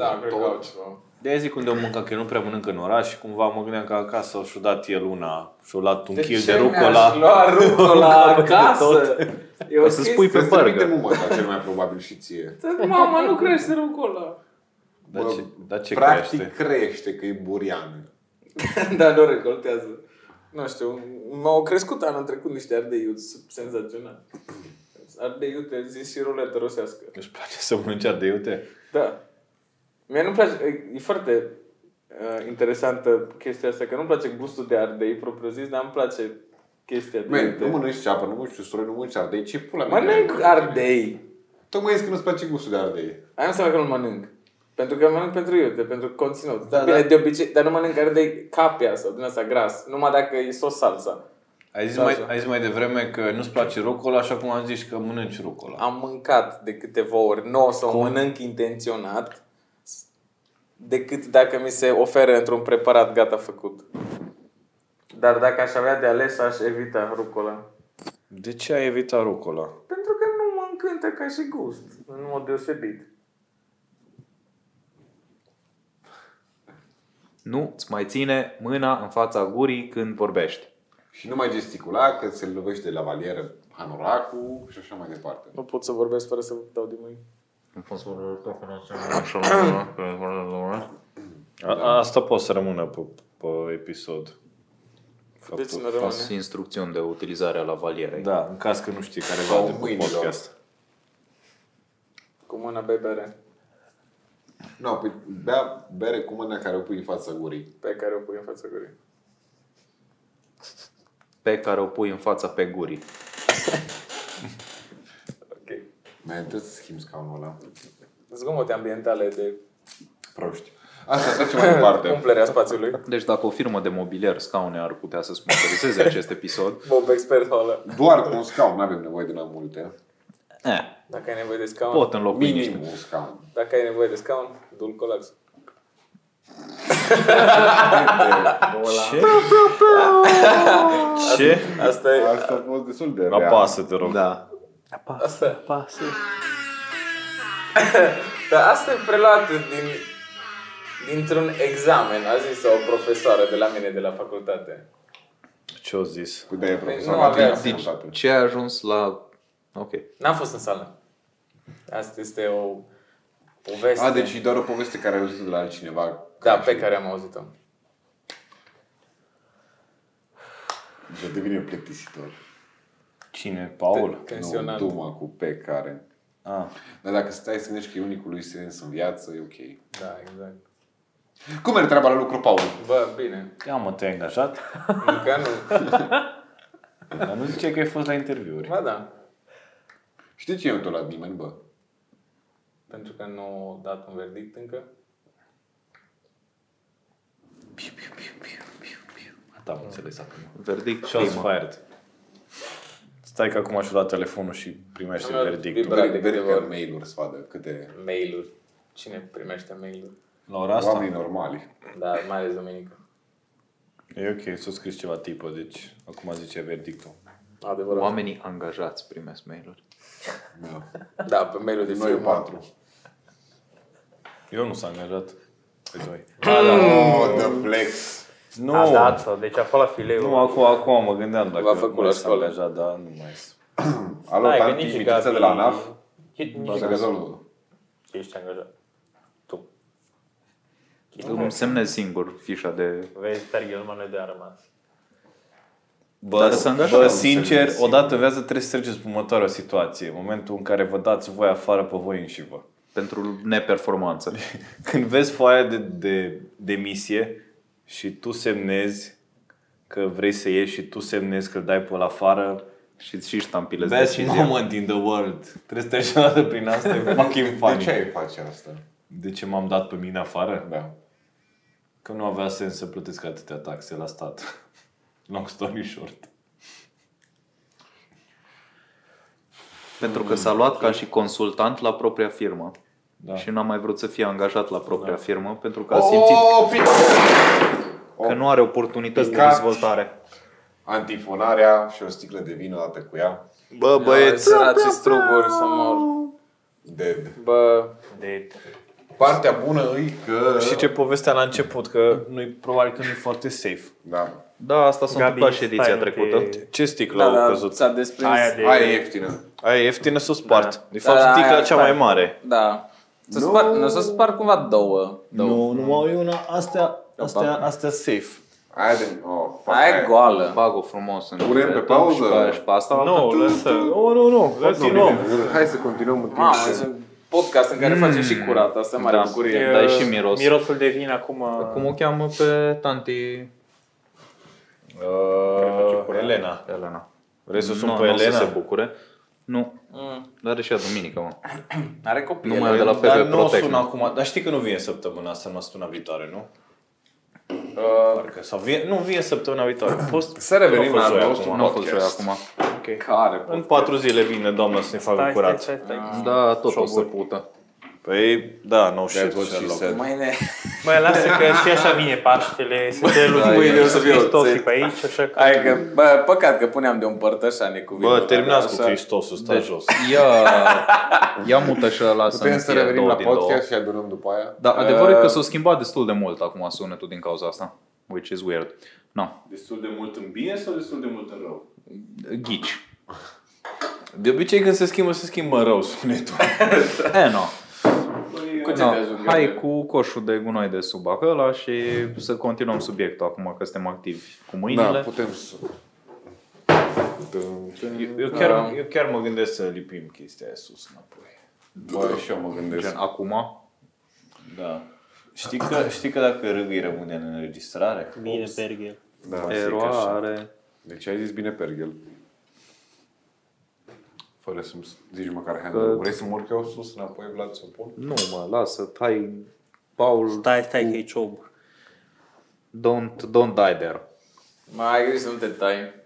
S2: Da,
S1: la
S2: cred că
S1: tot.
S2: altceva.
S4: De aia zic unde o mânca, că eu nu prea mănânc în oraș și cumva mă gândeam că acasă și-o dat el una și-o luat un kil de
S2: mi-aș
S4: rucola.
S2: lua (laughs) rucola
S4: Capăt de
S2: acasă? E o
S3: Ca să-ți pui
S2: spui...
S3: pe
S1: Pe de
S3: burger.
S1: mumă, dar cel mai probabil și ție.
S5: Mama, nu crește rucola.
S4: Dar
S1: Bă,
S4: ce, da ce
S1: Practic
S4: crește?
S1: crește, că e burian.
S2: (laughs) da, nu recoltează. Nu știu, m-au crescut anul trecut niște ardei iute senzațional. Ardei iute, zis și ruletă rusească.
S4: Își place să mănânci de iute?
S2: Da. Mie nu place, e- e foarte uh, interesantă chestia asta, că nu-mi place gustul de ardei propriu zis, dar îmi place chestia de
S1: Man,
S2: iute.
S1: nu mănânci ceapă, nu mănânci usturoi, nu mănânci ardei, ce pula mea.
S2: Mănânc ardei.
S1: Tocmai zici că nu-ți place gustul de ardei.
S2: Aia nu înseamnă că nu mănânc. Pentru că mănânc pentru iute, pentru conținut.
S4: Da,
S2: Da, Bine,
S4: da.
S2: de obicei, dar nu mănânc ardei capia sau din asta gras, numai dacă e sos salsa.
S4: Ai zis,
S2: Da,
S4: mai,
S2: da.
S4: ai zis mai devreme că nu-ți place rucola, așa cum am zis că mănânci rucola.
S2: Am mâncat de câteva ori, nu o să o mănânc intenționat, decât dacă mi se oferă într-un preparat gata făcut. Dar dacă aș avea de ales, aș evita rucola.
S4: De ce ai evitat rucola?
S2: Pentru că nu mă încântă ca și gust, în mod deosebit.
S3: Nu, îți mai ține mâna în fața gurii când vorbești.
S1: Și nu mai gesticula, că se lovește la valieră hanoracul și așa mai departe.
S2: Nu pot să vorbesc fără să dau din mâini.
S4: A, asta poate să rămână pe, pe episod.
S2: Deci ne
S3: Ca
S2: rămâne.
S3: și instrucțiuni de utilizare a lavalierei.
S4: Da, în caz că nu știi care
S1: Sau
S4: va de pe
S1: mâinilor.
S4: podcast.
S2: Cu mâna bei bere
S1: Nu, păi bea bere cu mâna care o pui în fața gurii.
S2: pe care o pui în fața gurii.
S3: Pe care o pui în fața pe gurii.
S2: Ok.
S1: Mai trebuie să schimbi scaunul ăla.
S2: Zgomote ambientale de
S1: Proști. Asta trecem mai departe.
S2: umplerea spațiului.
S3: Deci dacă o firmă de mobilier scaune ar putea să sponsorizeze acest episod,
S2: Bob Expert Hall.
S1: Doar cu un scaun, nu avem nevoie de mai multe.
S3: eh,
S2: Dacă ai nevoie de scaun,
S3: pot înlocui niște.
S1: Minim un scaun.
S2: dacă ai nevoie de scaun, dul colax.
S4: Ce? Ce?
S2: Asta e.
S1: Asta a fost destul de rea.
S4: Apasă, te rog.
S3: Da.
S2: Asta. Dar asta e preluat din, dintr-un examen, a zis o profesoară de la mine de la facultate.
S4: Ce o zis?
S1: Cu de profesor.
S2: nu
S1: Martin,
S2: avea.
S1: am ascultat-o.
S2: deci,
S3: Ce a ajuns la... Ok.
S2: N-am fost în sală. Asta este o poveste.
S1: A, deci e doar o poveste care ai auzit de la altcineva.
S2: Da, pe care am auzit-o.
S1: Deja devine plictisitor.
S4: Cine? Paul?
S2: Te- Tensionant.
S1: Nu, Duma cu pe care.
S4: Ah.
S1: Dar dacă stai să gândești că e unicul lui sens în viață, e ok.
S2: Da, exact.
S1: Cum merge treaba la lucru, Paul?
S2: Bă, bine.
S4: Ia mă, te-ai angajat?
S2: Încă nu.
S4: Dar nu zice că ai fost la interviuri.
S2: Ba da.
S1: Știi ce eu tot la nimeni, bă?
S2: Pentru că nu au dat un verdict încă.
S4: Piu, piu, piu, piu, piu, piu. Atât da, am înțeles acum.
S3: Verdict
S4: Shots
S3: primă.
S4: fired. Stai că acum aș da telefonul și primește
S2: Am luat
S4: verdictul.
S2: vibrat.
S1: Vrei
S2: de
S1: de
S2: câteva
S1: câteva
S2: ori.
S1: mail-uri să vadă câte
S2: Mail-uri. Cine primește mail-uri?
S4: La ora asta?
S1: oamenii normali.
S2: Da, mai ales duminică.
S4: E ok, s-a scris ceva tipă, deci acum zice verdictul.
S2: Adevărat.
S3: Oamenii angajați primesc mail-uri.
S1: Da.
S2: Da, pe mail-ul de
S1: Noi
S2: firmă.
S1: patru.
S4: Eu nu s am angajat pe doi.
S2: Mm.
S1: Oh, the flex.
S4: Nu!
S6: A dat-o, deci a fost la fileu.
S4: Nu, acum, acum mă gândeam dacă
S2: V-a făcut
S4: mai
S2: la
S4: s-a
S2: școală.
S4: angajat, dar nu mai s-
S6: Da,
S1: Alo, tanti, Mitiță de la NAF. Se rezolvă.
S6: Ești angajat. Tu.
S3: Îmi semnez singur fișa de...
S6: Vezi, Terry Gilman e de a rămas.
S3: Dar
S4: Bă,
S3: sunt angajat,
S4: bă
S3: nu
S4: sincer,
S3: sunt
S4: odată în viață trebuie să treceți pe următoarea situație. Momentul în care vă dați voi afară pe voi înși vă.
S3: Pentru neperformanță.
S4: Când vezi foaia de, de, de misie și tu semnezi că vrei să ieși și tu semnezi că îl dai pe la afară,
S3: și și ștampilez
S4: Best
S3: de
S4: moment in the world. Trebuie să treci o dată prin asta, e fucking funny.
S1: De ce ai face asta?
S4: De ce m-am dat pe mine afară?
S1: Da.
S4: Că nu avea sens să plătesc atâtea taxe la stat. (laughs) Long story short.
S3: Pentru că s-a luat ca și consultant la propria firmă.
S4: Da.
S3: Și n-a mai vrut să fie angajat la propria firmă pentru că a simțit
S1: Oh, pic-
S3: că nu are oportunități de
S1: Picat.
S3: dezvoltare.
S1: Antifonarea și o sticlă de vin odată cu ea.
S3: Bă, băieți,
S2: Săracii struguri să mor.
S1: Dead.
S2: Bă,
S6: De
S1: Partea bună e că...
S4: Și ce povestea la început, că nu probabil că nu e foarte safe.
S1: Da.
S3: da, asta s-a
S6: Gabi,
S3: întâmplat și ediția
S6: stai,
S3: trecută.
S6: te-
S4: Ce sticlă
S2: da,
S4: da, au
S2: da,
S4: căzut?
S2: ți-a desprins.
S6: aia de...
S1: Aia e ieftină.
S4: Aia e ieftină să o spart.
S6: Da.
S4: De fapt,
S2: Da,
S4: sticla
S2: aia,
S4: cea
S2: da.
S4: mai mare.
S2: Da. Să spar, nu, să spar cumva două. două.
S4: Nu, nu mai e una. Astea, astea, astea safe.
S1: Aia de... Oh, fuck,
S2: Aia e goală.
S3: Bag-o frumos în
S1: Punem pe pauză?
S3: și pe, și pe asta
S6: Nu,
S3: altă-
S6: lăsă.
S4: Nu, nu, nu. Continuăm.
S1: Bine, Hai să continuăm în timp
S2: Mamă,
S1: ce-
S2: e un podcast în care
S6: Mm.
S2: facem și curat. Asta e mare
S3: Da.
S2: bucurie.
S3: Dai și miros.
S6: Mirosul de vin acum... uh,
S3: Cum o cheamă pe tanti
S4: Uh, Elena.
S3: Elena?
S4: Vrei să
S3: Nu,
S4: sun
S3: nu
S4: pe
S3: o să se
S4: Elena?
S3: bucure. Nu,
S4: Mm.
S3: dar e și ea duminică, mă.
S2: Da. Are copii.
S3: Numai de la PV
S4: Dar nu o
S3: Protect.
S4: sun acum, dar știi că nu vine săptămâna asta, mă suna viitoare, nu? Parcă, sau vine, nu vine săptămâna viitoare. Post,
S1: Să revenim
S4: Nu a fost
S1: la
S4: joi
S1: nostru
S4: acum.
S3: Nu a fost joi
S1: podcast.
S3: acum.
S2: Care?
S4: în patru zile vine doamna să ne facă
S6: Stai, stai,
S4: curat.
S6: stai, stai.
S3: Da, tot o să pută.
S4: Păi, da, no shit,
S1: That's what she
S4: Sherlock.
S1: said.
S2: Mâine.
S6: Băi, lasă că și așa vine Paștele, se te lungi
S2: mâine o să fie o
S6: Cristofi
S2: țel.
S6: pe aici, așa că...
S2: Hai că, bă, păcat că puneam de un părtășane cu vinul.
S4: Bă, terminați cu
S2: Așa.
S4: Cristosul, stai jos.
S3: Ia, ia mută și ăla să
S1: Putem
S3: nu
S1: să
S3: fie
S1: revenim
S3: două
S1: la
S3: din două.
S1: podcast Uh, și adunăm după aia?
S3: Da, adevărul e că s-a schimbat destul de mult acum sunetul din cauza asta. Which is weird. No,
S4: Destul de mult în bine sau destul de mult în rău?
S3: ghici.
S4: De obicei când se schimbă, se schimbă în rău sunetul.
S3: (laughs) E, no.
S2: Cu ce
S3: no.
S2: te ajung?
S3: Hai cu coșul de gunoi de sub acăla și să continuăm subiectul acum că suntem activi cu mâinile.
S1: Da, putem să...
S4: Eu, eu, chiar, eu chiar mă gândesc să lipim chestia aia sus înapoi.
S1: Bă, și eu mă gândesc.
S3: Gen, acum.
S4: Da. Știi că, știi că dacă râgâi rămâne în înregistrare?
S6: Bine, Berghel.
S1: Da.
S3: Eroare.
S1: Deci ai zis bine Pergel. Fără să-mi zici măcar handle.
S3: Că-
S1: Vrei să mă urc eu sus înapoi, Vlad, să pun?
S3: Nu, mă, lasă. Hai, Paul,
S6: Stai, stai, că e ciob.
S3: don't, don't die there.
S2: Mai ai grijă să nu te tai.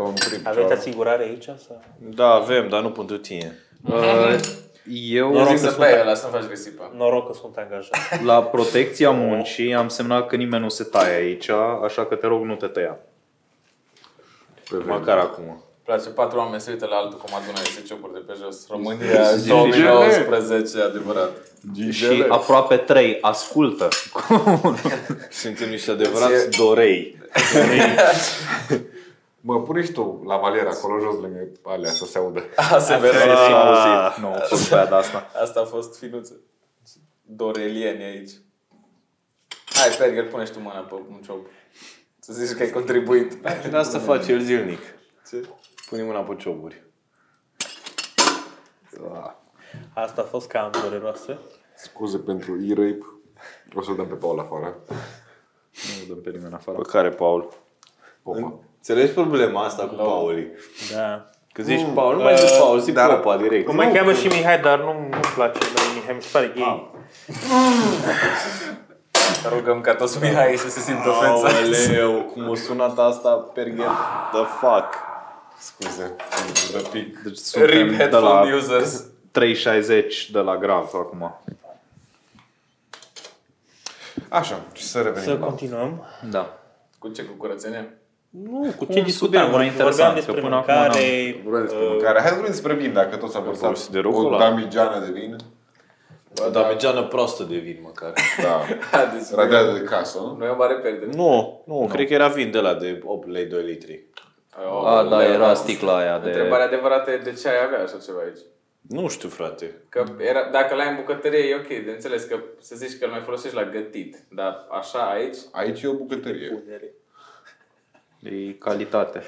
S1: Don't trip.
S6: Aveți
S1: Charles.
S6: asigurare aici? Sau?
S4: Da, avem, dar nu pentru tine.
S3: Uh, Eu,
S2: Eu zic să bei ăla, să nu faci risipă.
S6: Noroc că sunt angajat.
S3: la protecția muncii, am semnat că nimeni nu se taie aici, așa că te rog, nu te tăia.
S4: Măcar acum.
S2: Place patru oameni se uită la altul cum adună niște ciocuri de pe jos. România 2019, adevărat.
S3: Și aproape 3 ascultă.
S4: Suntem niște adevărați dorei.
S1: Mă, pune și tu la valier acolo jos lângă alea să se audă.
S2: Asta,
S4: Ah.
S3: Care s-a auzit. Nu, fost băiat de asta.
S2: asta a fost finuță. dorelieni aici. Hai, Perger, pune și tu mâna pe un ciop. Să zici că ai contribuit.
S4: De asta face el zilnic.
S2: Ce?
S4: Pune mâna pe cioburi.
S6: Asta a fost cam dureroasă.
S1: Scuze pentru e-rape. O să dăm pe Paul afară.
S3: Nu dăm pe nimeni afară.
S4: Pe care, Paul?
S1: Popa.
S4: Înțelegi problema asta cu Pauli?
S6: Da.
S4: Că zici Paul, nu mai zici Paul, zici
S1: dar-
S4: Popa direct.
S6: Cum mai cheamă și Mihai, dar nu, nu place lui Mihai, mi se pare gay.
S2: Te rugăm ca toți Mihai să se simtă ofensați.
S4: Aoleu, cum o sunat asta, Pergel? The fuck? Scuze, the pic. (laughs)
S3: Deci
S2: Rip
S3: suntem de la
S2: headphone users.
S3: 360 de la grav acum.
S1: Așa, și să revenim.
S6: Să
S1: Să la...
S6: continuăm.
S3: Da.
S2: Cu ce? Cu curățenie? (laughs)
S6: Nu, cu ce
S3: Cum
S6: discutam?
S3: subiect, mă
S6: Vorbeam
S3: interesant,
S6: despre
S3: că până acum
S6: mâncare.
S1: Vreau despre mâncare. Hai să vorbim despre vin, dacă tot s-a
S3: Poți de
S1: vărsat
S3: rucola?
S1: o damigeană de vin.
S4: Bă, dar megeană proastă de vin măcar.
S1: Da.
S2: Ha, deci
S1: Radează de casă, nu?
S2: Noi am mare pierdere.
S4: Nu, nu, no. cred că era vin de la de 8 lei, 2 litri.
S3: A, da, era sticla aia de-
S2: Întrebarea adevărată e de ce ai avea așa ceva aici.
S4: Nu știu, frate.
S2: Că era, dacă l-ai în bucătărie e ok, de înțeles că să zici că îl mai folosești la gătit, dar așa aici,
S1: Aici e o bucătărie.
S3: E calitate.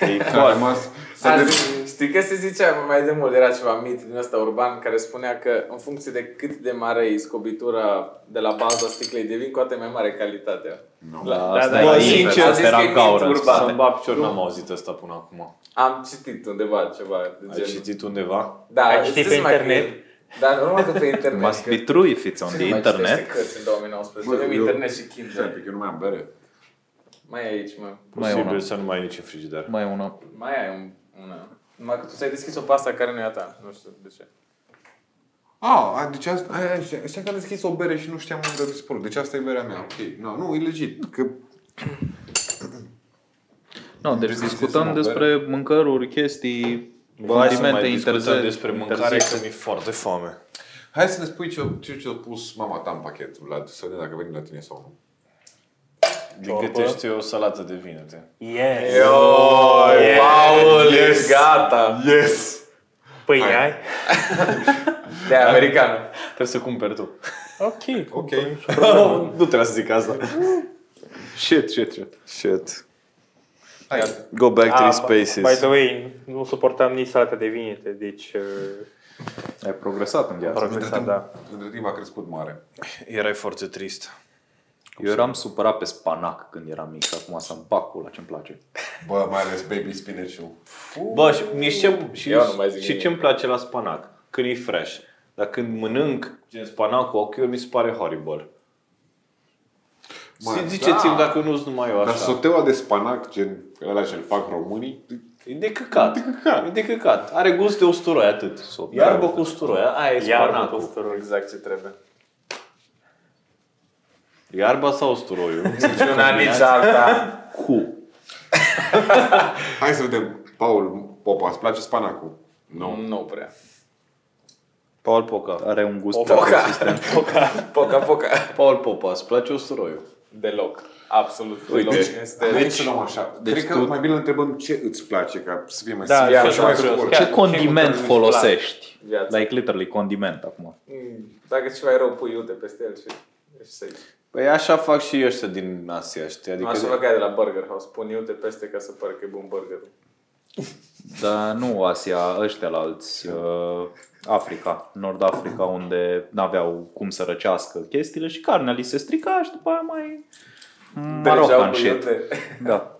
S4: E
S1: A
S4: coarmă.
S1: rămas să
S2: Azi,
S1: ne...
S2: Știi că se zicea mai de mult, era ceva mit din ăsta urban care spunea că în funcție de cât de mare e scobitura de la baza sticlei de vin, cu atât e mai mare calitatea.
S3: Da,
S6: da,
S3: asta
S6: bă,
S3: era
S6: sincer,
S3: invers,
S2: zis
S3: asta
S2: că e
S3: era
S2: mit
S3: gaură.
S2: urban.
S4: Să-mi bag cior, n-am auzit asta până acum.
S2: Am citit undeva ceva de
S4: Ai
S2: genul.
S4: citit undeva?
S2: Da,
S6: Ai
S2: îți
S6: citit
S2: dai
S6: pe
S2: seama că
S6: internet?
S2: e- Dar nu numai că pe internet.
S3: Must
S2: că
S3: be true if it's on
S2: cine
S3: the
S2: mai citește
S3: internet.
S2: cărți în 2019?
S1: Bă,
S2: Avem
S1: eu-
S2: internet și
S1: Stai un
S2: Kindle.
S1: pic, eu nu mai am bere.
S2: Mai e aici, mă.
S3: Mai e una.
S4: Posibil să nu mai ai nici în frigider.
S3: Mai e una.
S2: Mai ai un, una. Numai că tu ți-ai deschis o pasta care nu e a ta. Nu știu de ce.
S1: Ah, a, deci asta, aia, aia, așa că am deschis o bere și nu știam unde a dispărut. Deci asta e berea mea, ok. No, nu, e legit. Că
S3: No, deci
S1: Business
S3: discutăm
S1: is mobile.
S3: despre mâncăruri, chestii,
S4: Bă, hai să
S3: condimente,
S4: mai discutăm
S3: interze-
S4: despre mâncare,
S3: interzise.
S4: că mi-e foarte foame.
S1: Hai să ne spui ce, ce, ce a pus mama ta în pachet, Vlad, să vedem dacă venim la tine sau nu.
S4: Din
S6: Ciorbă.
S4: câte știu, o salată de vină, te.
S6: Yes.
S2: Ioi, Paul, ești gata!
S1: Yes!
S6: Pâine ai?
S2: De americană.
S4: Trebuie să cumperi tu.
S6: Ok.
S1: Ok.
S4: (laughs) nu trebuia să
S3: (laughs)
S4: zic asta. shit, shit, shit. Shit.
S1: Hai.
S4: Go back
S6: Ah,
S4: three
S6: By the
S4: spaces.
S6: way, nu suportam nici salata de vinete, deci... Uh,
S3: Ai progresat în viață.
S6: progresat, da.
S1: Între timp a crescut mare.
S4: Erai foarte trist.
S3: Eu eram supărat pe spanac când eram mic și acum să-mi bag cu la ce-mi place.
S1: Bă, mai ales baby spinach-ul.
S4: Bă, și, mie și ce, și,
S2: Eu nu mai zic
S4: și
S2: nimic.
S4: ce-mi place la spanac? Când e fresh. Dar când mănânc gen spanac cu ochiul, mi se pare horrible.
S1: Mă,
S4: Mă,
S1: da.
S4: ziceți-mi dacă nu sunt numai eu
S1: Dar
S4: așa.
S1: soteua de spanac, gen ăla ce-l fac românii,
S4: E de căcat. E de căcat. Are gust de usturoi, atât. Iarbă cu usturoi, aia e
S6: Iar
S4: spanacul.
S6: posturul.
S2: Exact ce trebuie.
S4: Iarba sau usturoiul?
S2: Nici una, nici alta.
S4: cu.
S1: Hai să vedem. Paul Popa, îți place spanacul?
S2: Nu. Nu prea.
S4: Paul Poca.
S3: Are un gust
S2: Poca. Poca, poca.
S4: Paul Popa, îți place usturoiul?
S2: Deloc. Absolut
S4: Uite.
S2: deloc. Este...
S1: Deci, să luăm așa. Deci Cred că mai bine întrebăm ce îți place, ca să fie mai
S6: Da,
S1: simplu
S6: și
S1: și
S6: eu
S1: mai
S6: sunt curios.
S1: scurt.
S6: Chiar.
S3: Ce condiment
S6: Ce
S3: folosești?
S2: Viața.
S3: Like literally condiment acum.
S2: Dacă ceva e rău, pui iute peste el și ești safe.
S4: Păi așa fac și eu ăștia din Asia, știi?
S2: Adică Așa
S4: Adică
S2: fac aia de la Burger House. Pun iute peste ca să pară că e bun burgerul.
S3: Dar nu Asia, ăștia la alți. uh, Africa, Nord-Africa, unde n-aveau cum să răcească chestiile și carnea li se strica și după aia mai...
S2: Treceau
S3: Marocan
S2: cu
S3: shit.
S2: iute.
S3: Da.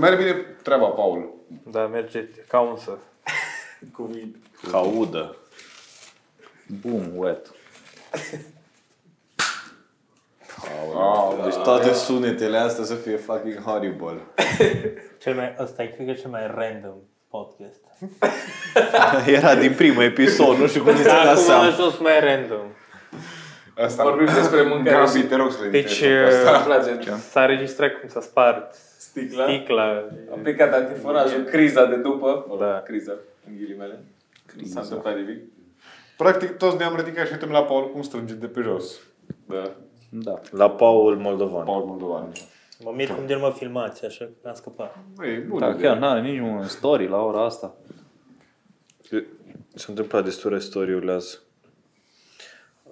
S1: Merge bine treaba, Paul.
S6: Da, merge ca un să.
S2: Cu vin.
S4: ca udă.
S3: Boom, wet.
S1: Aoleu.
S4: Deci toate sunetele astea să fie fucking horrible.
S6: Cel mai, ăsta e, cred că, cel mai random podcast.
S4: (laughs) Era din primul episod, nu știu cum ți-a
S6: Da,
S4: dat
S6: acum a
S4: seama.
S6: ajuns mai random.
S1: Asta
S2: Vorbim despre mâncare
S1: Gabi,
S2: și
S1: te rog să le
S6: Deci,
S1: interesăm.
S2: Asta
S6: uh,
S2: place.
S6: s-a registrat cum s-a spart
S4: Da.
S2: Sticla.
S6: sticla.
S2: Am picat antiforajul, criza de după,
S6: Da.
S2: criza, în ghilimele. S-a întâmplat nimic.
S1: Practic toți ne-am ridicat și uităm la Paul cum strânge de pe jos.
S2: Da.
S3: Da.
S4: La Paul Moldovan.
S1: Paul Moldovan.
S6: Mă mir cum de nu mă filmați, așa că am scăpat.
S1: Băi, bun.
S3: Da, chiar n-are niciun story la ora asta.
S4: S-a întâmplat destule story-uri azi.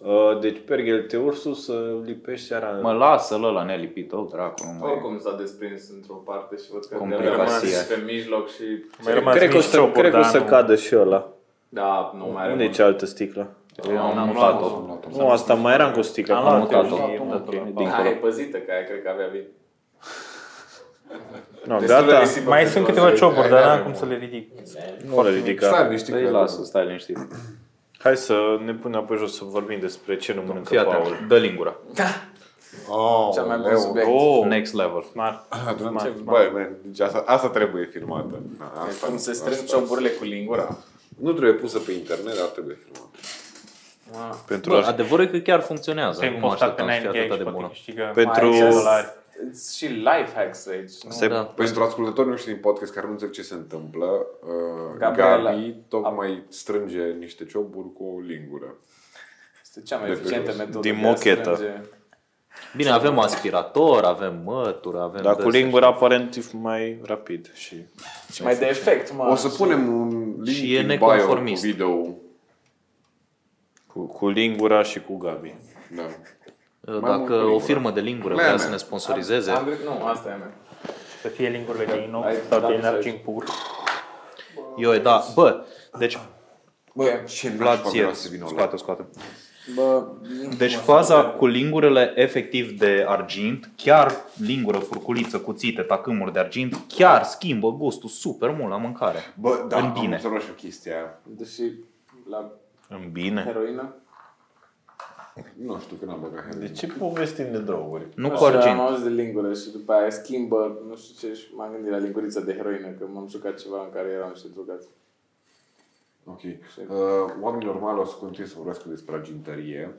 S4: Uh, deci, perghele, te ursul să lipești seara...
S3: Mă lasă-l ăla nelipit, o dracu, nu mai...
S2: Păi, Oricum s-a desprins într-o parte și văd că
S3: Complicația.
S2: de-abia rămas pe mijloc și...
S6: Mai rămas
S4: cred că o
S6: mici
S4: să,
S6: cioburi,
S4: cred că o
S6: dar
S4: să
S6: nu-
S4: cadă și ăla.
S2: Da, nu mai
S4: Unde e
S2: rămas.
S4: cealaltă sticlă?
S3: Eu am
S2: luat-o.
S3: mutat-o.
S4: Nu, asta mai eram cu sticla.
S6: Am
S3: Am
S6: luat-o,
S4: că
S3: mutat-o.
S4: e-
S3: Am mutat-o.
S4: ok.
S2: Aia
S3: Dincolo.
S2: e păzită, că aia cred că avea bine.
S4: Nu,
S2: Destul de
S4: gata.
S2: risipă
S6: Mai
S2: pentru
S6: sunt
S2: o
S6: câteva
S2: zi.
S6: cioburi,
S2: Hai,
S6: dar
S2: n-avem
S6: n-am cum
S2: mult.
S6: să le ridic.
S4: Nu le ridica.
S1: Stai niște
S3: Îi Păi, lasă, stai liniștit.
S4: Hai să ne punem apoi jos să vorbim despre ce nu mănâncă
S3: Fii
S4: Paul.
S3: atent, dă lingura.
S1: Oh,
S2: Cel mai bun
S1: leu.
S2: subiect.
S3: Oh. Next level.
S6: Smart.
S1: Ce- Ah, Băi, man, deci asta, asta trebuie filmată. Da, asta,
S2: Cum se strâng
S1: asta-
S2: cioburile cu lingura.
S1: Nu trebuie pusă pe internet, dar trebuie filmată.
S4: Pentru,
S3: Bă,
S4: a,
S3: adevărul e că chiar funcționează.
S6: Te-ai
S3: Nu mă
S6: postat pe
S3: așteptam să fie
S6: 9
S3: atât
S6: și
S3: de
S6: poate
S3: bună.
S6: câștigă
S4: pentru,
S6: mai dolari.
S2: It's și life hacks aici. Nu?
S4: se,
S3: Da.
S1: Păi, Pentru ascultătorii noștri din podcast care nu înțeleg ce se întâmplă, uh,
S2: Gabriela-
S1: Gabi tocmai strânge niște cioburi cu o lingură.
S2: Este cea mai
S1: De
S2: eficientă
S1: pe jos.
S2: metodă.
S4: Din
S2: de a
S4: mochetă.
S2: strânge.
S3: Bine, avem aspirator, avem mătură, avem...
S4: dar
S3: de
S4: cu
S3: astea.
S4: lingura aparent e mai rapid și
S2: Și mai de efect, mă.
S1: O să punem un link
S3: Și e
S1: în bio cu
S3: neconformist.
S1: video.
S4: cu, cu lingura și cu Gabi.
S1: Da. mult cu
S3: Dacă o
S1: lingură.
S3: firmă de lingură
S1: Mea
S3: vrea
S1: mea.
S3: să ne sponsorizeze,
S2: Am, am, nu, asta e a mea.
S6: Să fie lingurile de
S2: Ai-
S6: inox sau
S2: da,
S6: de
S2: să-
S6: argint pur.
S3: eu e da. Bă, deci
S2: Bă,
S1: Ce
S3: Vlad
S1: nașpa
S3: ție,
S1: vreau să vină ăla.
S3: scoate, scoate.
S2: bă,
S3: Deci faza cu lingurele efectiv de argint, chiar lingură, furculiță, cuțite, tacâmuri de argint, chiar schimbă gustul super mult la mâncare.
S1: Bă, da,
S3: În
S1: am
S3: bine.
S1: înțeles și chestia aia.
S2: deși la
S4: În bine.
S2: heroină.
S1: Nu știu că n-am băgat
S4: De
S1: Henry.
S4: ce povestim de droguri?
S3: Nu
S2: Așa,
S3: cu
S2: Am
S3: argint.
S2: auzit de lingură și după aia schimbă, nu știu ce, și m-am gândit la lingurița de heroină, că m-am jucat ceva în care erau niște drogați.
S1: Ok. Uh, oamenii normali o să continue să vorbească despre agintărie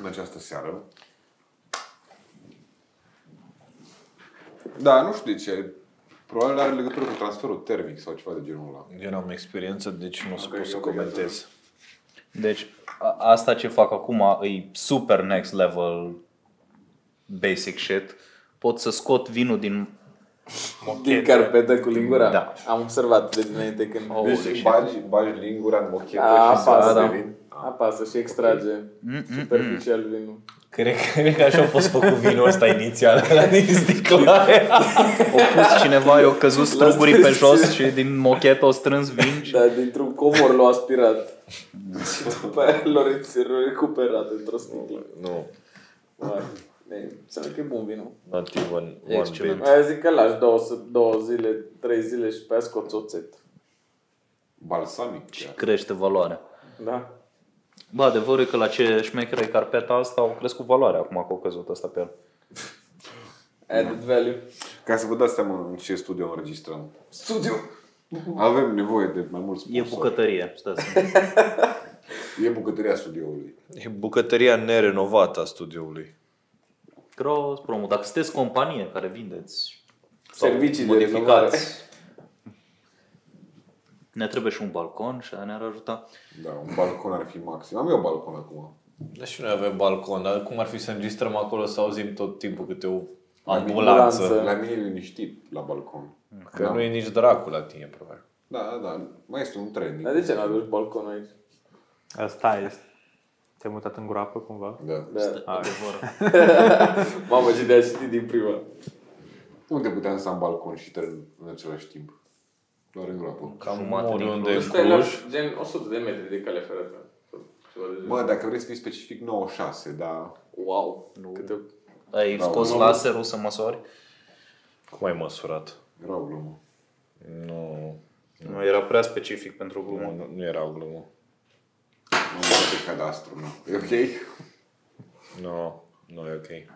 S1: în această seară. Da, nu știu de ce. Probabil are legătură cu transferul termic sau ceva de genul ăla.
S4: Eu n-am experiență, deci nu o să
S2: Ok,
S4: pot să
S2: ok,
S4: comentez.
S3: Deci a- asta ce fac acum e super next level basic shit. Pot să scot vinul din
S2: Din carpetă cu lingura?
S3: Da.
S2: Am observat de dinainte când... Oh,
S1: Deci bagi, bagi lingura în mochetă
S2: A,
S1: și să
S2: apasă.
S1: da. vin.
S2: Apasă și extrage superficial vinul.
S4: Cred, cred că așa a fost făcut vinul ăsta inițial, la
S3: (laughs)
S4: din sticla aia.
S3: O pus cineva, i-au căzut strugurii pe jos și din mochetă o strâns vin și...
S2: Da, dintr-un comor l-au aspirat. și după aia l-au recuperat într-o sticlă.
S4: Nu,
S2: Vai. E, Înseamnă că e bun vinul.
S4: not even one
S3: Excelent.
S4: bit.
S2: Aia zic că lași două, să- două zile, trei zile și pe aia scoți oțet.
S1: Balsamic. chiar.
S3: crește valoarea.
S2: Da?
S3: Bă, adevărul e că la ce șmecheră e carpeta asta au crescut valoarea acum că au căzut asta pe el.
S2: Added value.
S1: Ca să vă dați seama în ce studio înregistrăm. Studio! Avem nevoie de mai mulți
S3: E
S1: sponsori.
S3: bucătărie, (laughs) stați.
S1: E bucătăria studioului.
S4: E bucătăria nerenovată a studioului.
S3: Gros, promo. Dacă sunteți companie care vindeți sau
S2: Servicii de renovare.
S3: modificați, ne trebuie și un balcon și aia ne-ar ajuta.
S1: Da, un balcon ar fi maxim. Am eu balcon acum.
S4: Dar Deci și noi avem balcon, dar cum ar fi să înregistrăm acolo să auzim tot timpul câte o
S2: Ambulanță.
S4: ambulanță?
S1: La mine e liniștit la balcon.
S4: Că nu e nici dracu la tine, probabil.
S1: Da, da, da. Mai este un training.
S2: Dar de ce nu aduci balconul aici?
S6: Asta este. Te-ai mutat în groapă cumva?
S1: Da.
S2: Da.
S3: Adevărul.
S2: Mamă, ce de-a citit din prima.
S1: Unde puteam să am balcon și teren în același timp? Doar în groapă.
S4: Cam
S3: Jumate din
S4: oriunde
S3: Cluj.
S4: în
S2: Stai la
S4: Cluj.
S2: gen 100 de metri de cale ferată. Ceva de genul.
S1: Bă, dacă vrei să fii specific, 96, dar...
S2: Wow. Câte... Da,
S3: Ai scos
S1: nu.
S3: laserul să măsori?
S4: Cum ai măsurat?
S1: Era o glumă.
S4: Nu,
S3: Nu, era prea specific pentru glumă.
S4: nu, nu era o glumă.
S1: Nu am de cadastru, nu. E ok?
S4: Nu, nu e ok.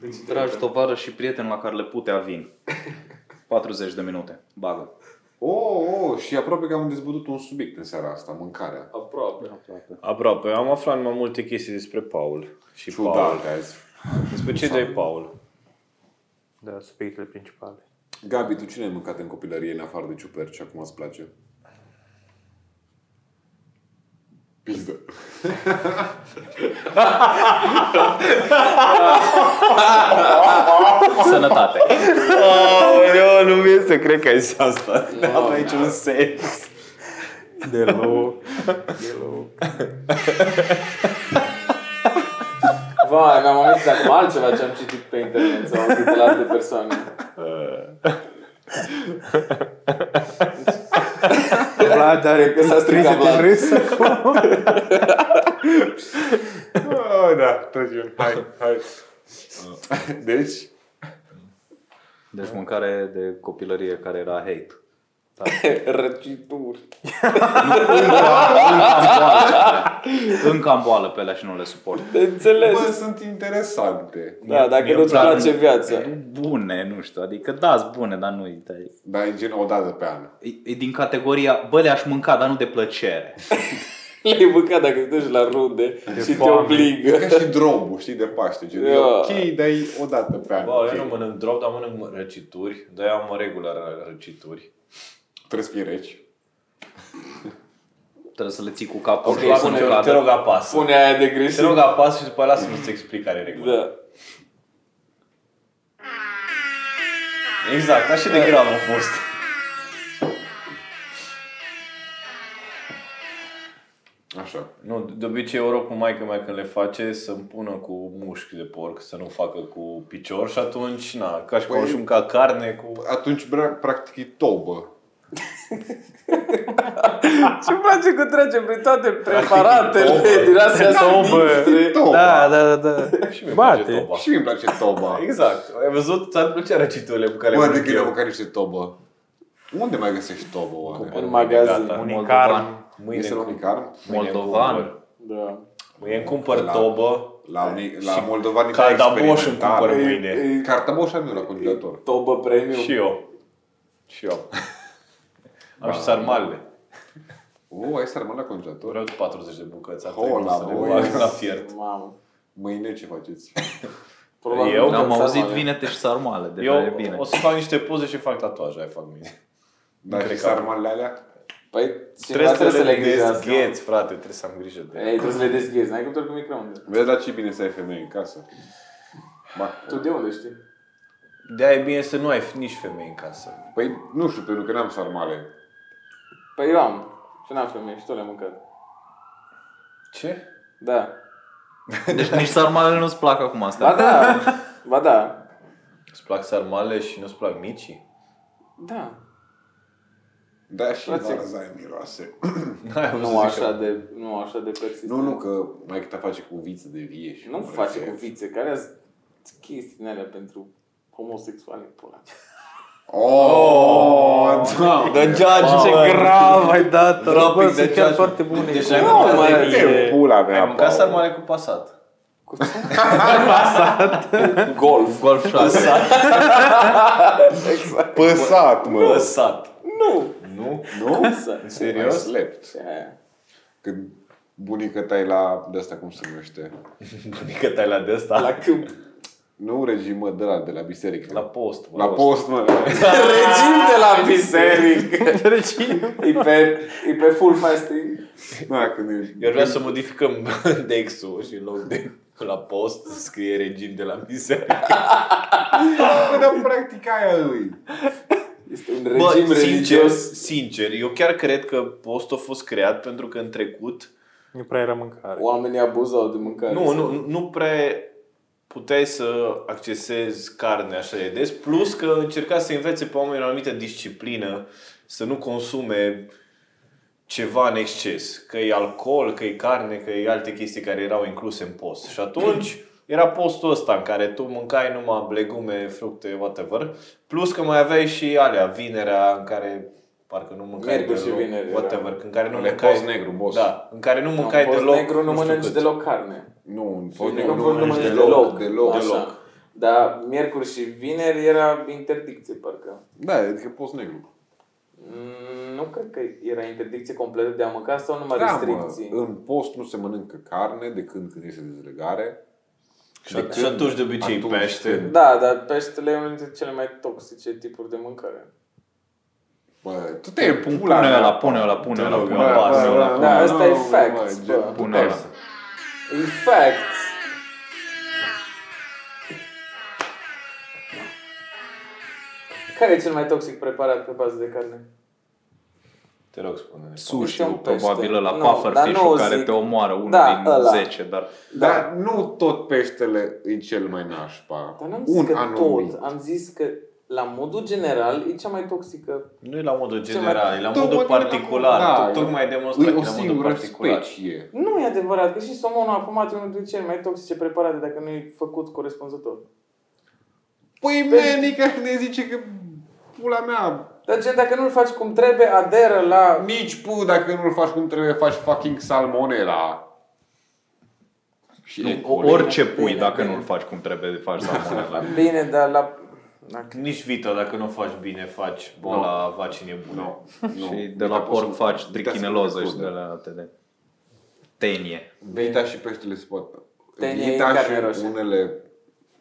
S2: Deci,
S3: Dragi tovară și prieteni la care le putea vin. 40 de minute. Bagă.
S1: Oh, oh, și aproape că am dezbătut un subiect în seara asta, mâncarea.
S2: Aproape.
S4: Aproape, am aflat mai multe chestii despre Paul și Paul.
S1: Ciudat azi.
S4: Despre ce dai Paul?
S6: Da, subiectele principale.
S1: Gabi, tu cine ai mâncat în copilărie în afară de ciuperci și acum îți place? Pizdă.
S3: Sănătate.
S4: Aoleu, nu mi este, cred că ai zis asta. N-am aici un sens.
S6: Deloc.
S2: Va, mi-am amintit acum altceva ce am citit pe internet sau auzit de la alte
S4: (laughs)
S2: persoane. Vlad are că s-a stricat Vlad.
S1: râs?
S6: Oh, da, tot eu. Hai,
S1: (laughs)
S6: hai.
S1: Deci,
S3: Deci mâncare de copilărie care era hate. Da.
S2: (laughs) Răcituri.
S3: Încă am boală pe alea și nu le suport.
S2: Te înțeles.
S1: bă, sunt interesante.
S2: Da, dacă nu-ți
S3: plac-
S2: place
S4: (laughs)
S2: viața.
S3: Bune, nu știu, adică da bune, dar nu dai.
S1: Dar e gen o dată pe an.
S3: E, e din categoria, bă, le-aș mânca, dar nu de plăcere.
S2: Le-ai mâncat dacă te duci la runde și te
S6: foame.
S1: E
S2: obligă.
S1: ca și drobul, știi, de Paște. Gen, e
S2: Da.
S1: ok, dar e o dată pe an.
S4: Bă,
S1: ok.
S4: eu nu mănânc drop, dar mănânc răcituri. De aia am în regulă ră- răcituri.
S1: Trebuie să fii reci.
S3: Trebuie să le ții cu capul.
S2: Ok,
S3: și să
S2: bune,
S3: nu
S4: Te rog,
S3: cadă.
S4: te rog apasă.
S2: Pune aia de
S4: Te
S2: greșit.
S4: rog apasă și după aia lasă să-ți explic care e regula.
S2: Da.
S4: Exact, așa de grav a fost.
S1: Așa.
S4: Nu, de obicei eu rog cu maica mea când le face să-mi pună cu mușchi de porc, să nu facă cu picior și atunci, na, ca și cum
S1: Păi-
S4: aș mânca carne cu...
S1: Atunci, bra- practic, e tobă.
S2: Ce place că trece prin toate
S4: tobă.
S2: preparatele din astea sau
S6: Tobă.
S2: mixte.
S1: Tobă.
S6: Da, da, da. (laughs)
S4: Și mie
S6: Bate.
S4: place toba.
S1: Și mie îmi place
S4: (laughs)
S1: toba.
S4: Exact, ai văzut? Ți-ar plăcea răciturile cu care
S1: Bă, de
S4: mănânc
S1: când am
S4: eu.
S1: mâncat niște tobă. Unde mai găsești tobă, oare?
S2: În magazin.
S4: Gata.
S6: Unicar.
S4: Mâine,
S1: Este la
S4: îmi-
S1: unicar?
S4: mâine îmi
S3: Moldovan.
S4: cumpăr-
S2: Da.
S4: Mâine îmi cumpăr
S1: La-
S4: tobă,
S1: La, uni- la
S4: Și
S1: moldovani
S4: caldaboș îmi cumpăr mâine.
S2: E
S1: Cartaboș am eu la congelator.
S2: tobă premium.
S4: Și eu. Și eu. Am și sarmalele.
S1: U, ai sarmale la congelator?
S4: Vreau 40 de bucăți. ar
S1: Hola,
S4: trebui să le
S1: boi.
S4: bag la fiert.
S2: Mamă.
S1: Mâine ce faceți?
S2: Probabil
S4: Eu?
S2: că
S3: Am
S2: ți-am
S3: auzit
S2: alea.
S3: vinete și sarmale, de eu, e
S4: Eu
S3: bine.
S4: o să fac niște poze și fac tatuaje, aia fac mine.
S1: Dar și
S4: cred că-
S1: sarmalele alea?
S2: Păi cineva trebuie să le gândească.
S4: dezgheți, frate, trebuie să am grijă de
S2: Ei, trebuie să le dezghezi, n-ai cum cu microunde.
S1: Vezi la ce e bine să ai femei în casă. Ba,
S2: Tu de unde știi?
S4: de e bine să nu ai nici femei în casă.
S1: Păi nu știu, pentru că n-am sarmale.
S2: Păi eu am. Și n-am femei și tot le-am mâncat.
S4: Ce?
S2: Da.
S3: Deci nici sarmalele nu-ți plac acum asta.
S2: Ba da. Ba da.
S4: Îți plac sarmale și nu-ți plac micii? (laughs)
S2: Da.
S1: Da, și
S2: Frate.
S1: varzai miroase.
S4: N-ai auzit
S2: Nu
S4: să
S2: așa
S4: zică.
S2: de, nu așa de persistent.
S1: Nu, nu, că mai ta face cu viță de vie și
S2: Nu
S1: cu
S2: face
S1: refe.
S2: cu vițe, care sunt chestii din alea pentru homosexuali pula.
S1: Oh, da.
S4: The judge,
S6: Ce
S4: man.
S6: grav ai dat
S4: Dropping
S6: Bă,
S4: the
S6: sunt chiar
S4: judge.
S6: foarte bune.
S4: Deci ai
S2: Nu,
S4: mâncat,
S2: mai-
S4: de vie.
S1: Ce pula mea,
S4: ai mâncat
S1: Paul.
S4: sarmale cu pasat.
S2: Cu ce? Golf.
S4: Golf 6.
S1: Păsat, mă.
S4: Pasat.
S2: Nu.
S4: Nu?
S1: Nu?
S2: Pasat.
S1: Mai
S4: Serios?
S1: slept.
S2: Ce aia?
S1: Când bunica ta e la, de asta cum se numește?
S4: Adică tai la de asta.
S2: La câmp.
S1: Nu regimă de la, de la biserică.
S4: La post. mă,
S1: la post, mă. (laughs)
S2: Regim de la biserică. E pe, e pe full fasting.
S1: Da, când e...
S4: Eu vreau să modificăm (laughs) Dexul și în loc de la post să scrie regim de la biserică.
S1: Bă, Păi, dar practic aia lui.
S2: Este un regim
S4: sincer,
S2: religios.
S4: sincer, eu chiar cred că postul a fost creat pentru că în trecut
S6: Nu prea era mâncare.
S2: Oamenii abuzau de mâncare.
S4: nu, nu, nu prea puteai să accesezi carne așa de des, plus că încerca să învețe pe oameni o anumită disciplină, să nu consume ceva în exces, că e alcool, că e carne, că e alte chestii care erau incluse în post. Și
S2: (clears throat)
S4: atunci era postul ăsta în care tu mâncai numai legume, fructe, whatever, plus că mai aveai și alea, vinerea în care parcă nu mâncai
S2: Mercuri și vineri era.
S4: whatever, în care nu
S1: Le
S4: mâncai...
S1: post negru, boss.
S4: Da, în care nu
S2: Nu,
S4: mâncai
S2: post
S4: deloc...
S2: negru nu
S4: știu
S2: mănânci
S4: cât.
S2: deloc carne.
S1: Nu, în
S2: Nu,
S1: post
S2: nu,
S1: negru
S2: nu
S1: nu
S2: mănânci
S1: mănânci deloc.
S2: deloc.
S1: Deloc.
S2: Așa. Dar miercuri și vineri era interdicție, parcă.
S1: Da, adică post negru.
S2: Mm, Nu cred că era interdicție completă de a mânca sau numai
S1: Da, mă,
S2: restricții.
S1: în post nu se mănâncă carne de când când este dezlegare.
S4: Și at- și atunci de obicei
S1: Atunci
S4: pește.
S1: când-
S2: Da, dar peștele e unul dintre cele mai toxice tipuri de mâncare.
S1: Bă, tu te e pula
S3: Pune-o
S1: mea.
S3: la, pune-o la, pune-o la,
S4: Te rog,
S3: pune-o la.
S4: eu
S1: Bă,
S4: pasă,
S1: bă,
S4: la-
S1: bă,
S2: Da,
S1: bă,
S2: asta e
S1: bă,
S2: fact,
S1: bă,
S2: bă.
S1: gen,
S3: Pune-o la.
S2: In fact, care e cel mai toxic preparat pe bază de carne?
S4: Te rog, spune
S3: sushi
S2: un pește.
S3: probabil la
S2: Nu,
S3: pufferfish
S2: dar nu o
S3: care
S2: zic.
S3: te omoară unul
S2: Da,
S3: din
S2: ăla.
S3: 10, dar
S1: Dar nu tot peștele e cel mai nașpa.
S2: Dar n-am zis
S1: Un
S2: că
S1: anumit.
S2: tot. Am zis că la modul general e cea mai toxică.
S4: Nu e la modul
S2: Cel mai-
S4: general, e la
S1: Tocmai
S4: modul
S1: de la- Da,
S4: particular.
S1: e-
S4: Tu tocmai
S1: E
S4: demonstrat
S1: o
S4: că la modul
S1: singură
S4: particular.
S1: specie.
S2: Nu e adevărat, că și somonul afumat e unul dintre cele mai toxice preparate dacă nu e făcut corespunzător.
S1: Păi menica ne zice că pula mea,
S2: Dar gen, dacă nu-l faci cum trebuie, aderă la...
S1: nici pu dacă nu-l faci cum trebuie, faci fucking salmonela. Și e
S3: nu, orice pui dacă nu-l faci cum trebuie, faci salmonella.
S2: Bine, dar la... la...
S4: Nici Vito, dacă nu o faci bine, faci boala no. vaccinii bune. No.
S3: și de la porc faci trichineloză și de la TD. Tenie.
S1: Vita și peștele se pot...
S2: Tenia e
S1: Vita
S2: carne
S1: și
S2: roșie.
S1: unele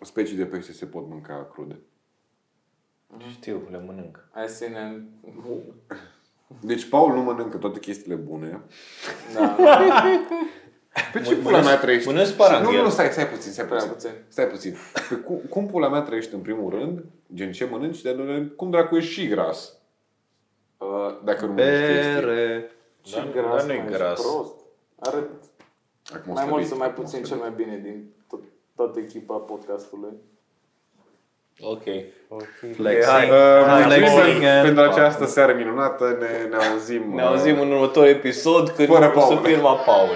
S1: specii de pește se pot mânca crude.
S4: Știu, le mănânc.
S2: Ai sine...
S1: Deci Paul nu mănâncă toate chestiile bune.
S2: Da,
S1: Pe ce pula mea trăiești?
S4: mănânci sparanghel.
S1: Și- Nu, nu, nu, stai, stai puțin, stai
S2: Stai
S1: puțin.
S2: puțin.
S1: Stai puțin. Pe cum, cum pula mea trăiești în primul rând? Gen ce mănânci? Dar cum dracu ești și gras?
S2: Uh,
S1: Dacă nu mănânci chestii.
S3: Bere.
S2: Ce
S4: Dar-
S2: Da? gras,
S4: Da, dar nu e
S2: mă, ești
S4: gras.
S2: Prost. Arăt
S1: Acum
S2: mai
S1: o
S2: mult
S1: să
S2: sau mai
S1: acum o
S2: puțin
S1: să
S2: cel
S1: vezi.
S2: mai bine din tot, toată echipa (laughs) podcastului.
S4: Ok.
S3: Flexing.
S1: Uh, mulțumim
S3: Flexing and-
S1: pentru această seară minunată. Ne, ne auzim. uh,
S4: Ne auzim în următor episod când
S1: Fără
S4: Fără o să
S1: Paul.
S4: fim la Paul.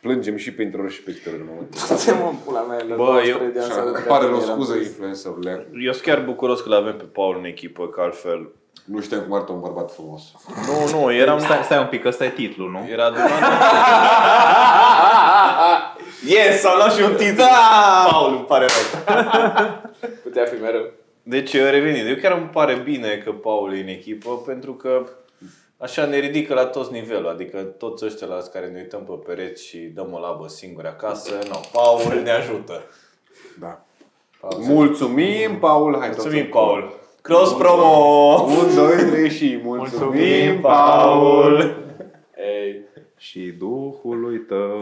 S1: Plângem și pe interior și pe exterior în momentul
S2: Ce mă în pula mea, la
S4: Bă,
S2: 23
S4: eu-
S2: de ani să
S1: ăsta.
S2: arăt
S1: Îmi pare
S2: că
S1: rău,
S2: eram (laughs)
S1: scuză
S2: trist.
S1: influencerule.
S4: Eu sunt chiar bucuros că l-avem pe Paul în echipă, că altfel...
S1: Nu știam cum arată un bărbat frumos.
S4: Nu, nu, eram...
S3: Stai, stai un pic, ăsta e titlul, nu?
S4: Era adunat... yes, am luat și un titlu. Da! Paul, îmi pare rău.
S2: Putea fi mereu.
S4: Deci, revenind, eu chiar îmi pare bine că Paul e în echipă, pentru că așa ne ridică la toți nivelul, adică toți ăștia la care ne uităm pe pereți și dăm o labă singuri acasă, nu, Paul ne ajută.
S1: Da. Mulțumim, Paul. Hai,
S4: Mulțumim,
S1: toți în cor.
S4: Paul! Cross promo!
S1: Un, doi, trei și mulțumim,
S4: Mulțumim,
S1: Paul.
S4: Paul!
S2: Ei,
S3: Și Duhului tău.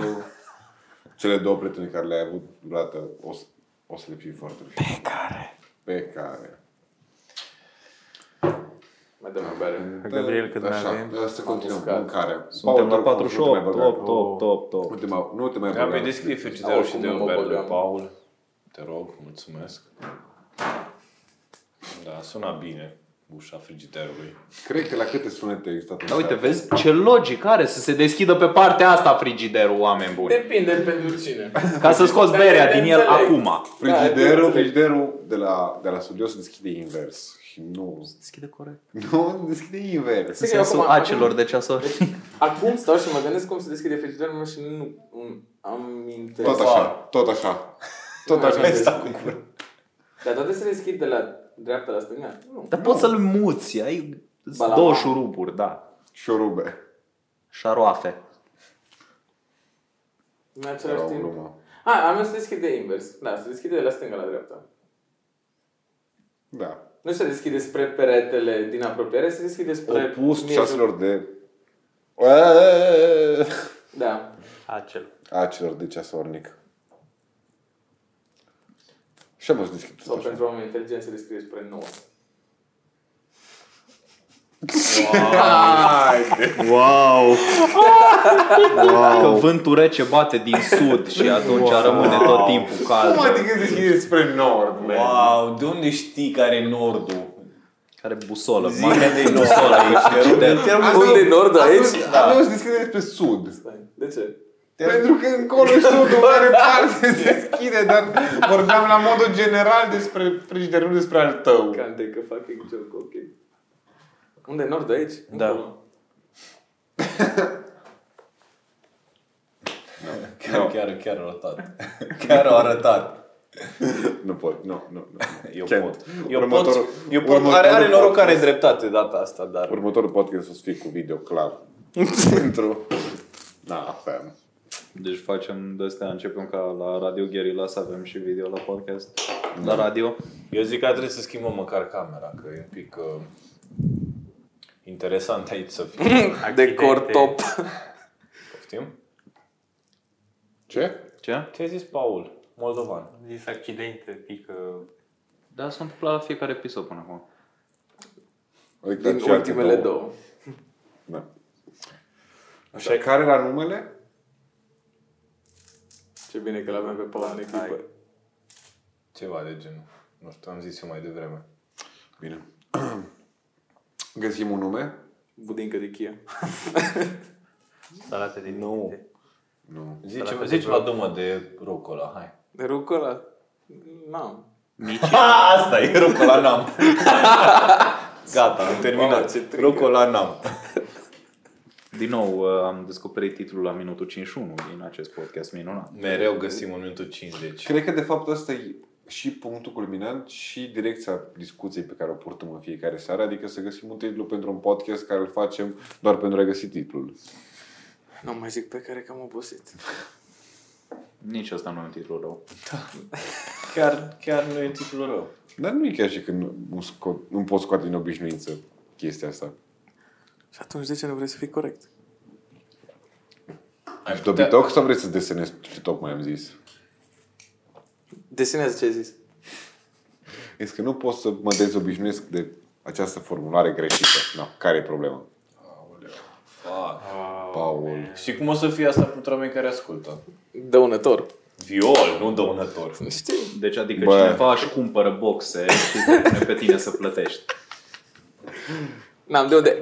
S1: Cele două prietene care le-ai avut vreodată o să, o să le fii foarte Pe care? Pe care?
S2: mai dăm o bere.
S1: Mm.
S6: Gabriel, cât mai avem?
S1: să continuăm. Mâncare.
S3: Suntem la
S1: Paul, te rog frumos, nu te mai
S3: 48,
S1: băga.
S3: 8, 8, 8, 8.
S1: Nu te mai, nu te mai
S4: Gabi,
S1: băga.
S4: descrie frigiderul și
S2: Oricum
S4: de
S2: nu
S4: o
S2: mă
S4: bere lui
S2: băgam.
S4: Paul. Te rog, mulțumesc. Da, suna bine ușa frigiderului.
S1: Cred că la câte sunete există atunci.
S3: Da, uite, vezi ce logic are să se deschidă pe partea asta frigiderul, oameni buni.
S2: Depinde pentru cine.
S3: Ca să scoți berea din el
S2: Înțeleg.
S3: acum.
S1: Frigiderul,
S2: Da,
S1: frigiderul de la, de la studio se deschide invers. Și nu...
S3: Deschide corect.
S1: Nu, deschide invers.
S3: În
S2: că eu
S3: sensul
S2: acum-
S3: acelor de ceasori.
S2: Acum stau și mă gândesc cum se deschide frigiderul meu și nu îmi amintesc.
S1: Tot așa, tot așa. Tot
S2: mai
S1: așa.
S2: vezi.
S1: Asta cu
S2: Dar toate se deschid de la dreapta la stânga? Nu.
S3: Dar poți să-l muți, ai
S2: Ba la
S3: două
S2: mama.
S3: șuruburi, da.
S1: șorube.
S3: Șaroafe.
S2: În același
S1: Era o
S2: timp.
S1: glumă.
S2: A, am se deschide invers. Da, se deschide de la stânga la dreapta.
S1: Da.
S2: Nu se deschide spre peretele din apropiere, se deschide spre...
S1: Opus
S2: miezul-
S1: ceaselor de...
S2: Da.
S6: Acel.
S1: A celor de ceasornic. Și am să deschid
S2: Sau
S1: tot
S2: pentru
S1: așa.
S2: oameni inteligenți se deschide spre 9.
S3: (laughs) Wow! Că vântul rece bate din sud și atunci rămâne tot timpul
S1: Cum
S3: cald.
S1: adică deschideți spre nord, man?
S4: Wow, de unde știi care e nordul?
S3: Care busolă,
S4: Zile
S3: mare
S4: de
S3: de busolă
S4: nord.
S3: e frigider.
S2: Unde e nord aici?
S1: Da. Avem să deschidere spre sud.
S2: Stai. De ce?
S1: Pentru că încolo și sudul are parte se deschide, dar vorbeam la modul general despre frigiderul, despre al tău.
S2: Cante că fac eu joc, ok. Unde e nord aici?
S4: Da.
S2: Încolo.
S4: Chiar, chiar, chiar a arătat. Chiar a arătat.
S1: Nu pot, nu, nu, nu.
S4: Eu
S1: Chiar.
S4: pot. Eu
S1: Următorul-
S4: pot. Eu pot.
S1: următorul
S4: Are, are noroc
S1: podcast.
S4: care are dreptate data asta, dar...
S1: Următorul podcast o să fie cu video clar. Pentru... Na, fam.
S3: Deci facem de astea, începem ca la Radio Guerilla să avem și video la podcast. La radio.
S4: Eu zic că trebuie să schimbăm măcar camera, că e un pic... Uh, interesant aici să (laughs) fie.
S2: Decor top.
S4: Poftim?
S1: Ce?
S3: Ce?
S4: Ce ai zis, Paul? Moldovan.
S6: Zis accidente, pică...
S3: Dar s-a întâmplat la fiecare episod până acum.
S1: Adică
S2: Din
S1: ce alte
S2: ultimele două.
S1: Da. Așa, care era numele?
S2: Ce bine că l-avem pe Paul în echipă.
S4: Ceva de genul. Nu știu, am zis eu mai devreme.
S1: Bine. Găsim un nume?
S2: Budincă de Chia.
S6: Salate de
S1: Nu.
S6: dinte.
S1: Nu.
S4: Zici, zici la dumă de rucola, hai.
S2: De rucola? N-am.
S4: (laughs) Asta e, rucola (laughs) n-am. Gata, am
S2: Mamă,
S4: terminat.
S2: ce trigger.
S4: Rucola n-am.
S3: Din nou, uh, am descoperit titlul la minutul 51 din acest podcast minunat.
S4: Mereu găsim un minutul 50.
S1: Cred că de fapt ăsta e și punctul culminant și direcția discuției pe care o purtăm în fiecare seară, adică să găsim un titlu pentru un podcast care îl facem doar pentru a găsi titlul.
S2: Nu mai zic pe care că am obosit.
S3: Nici asta nu e un titlu rău.
S4: Chiar, chiar nu e titlul rău.
S1: Dar nu e chiar și că nu, nu, sco- nu pot scoate din obișnuință chestia asta.
S2: Și atunci de ce nu vrei să fii corect?
S4: Ai putea,
S1: Dobitoc sau vrei să desenezi ce tocmai am zis?
S2: Desenează ce ai zis.
S1: Este că nu pot să mă dezobișnuiesc de această formulare greșită. No, care e problema?
S4: Fuck.
S1: Paul.
S4: Și cum o să fie asta pentru oameni care ascultă?
S2: Dăunător.
S4: Viol, nu dăunător.
S2: Știi?
S3: Deci adică
S1: Bă.
S3: Bă. cineva își cumpără boxe și te pune pe tine să plătești.
S2: N-am de unde.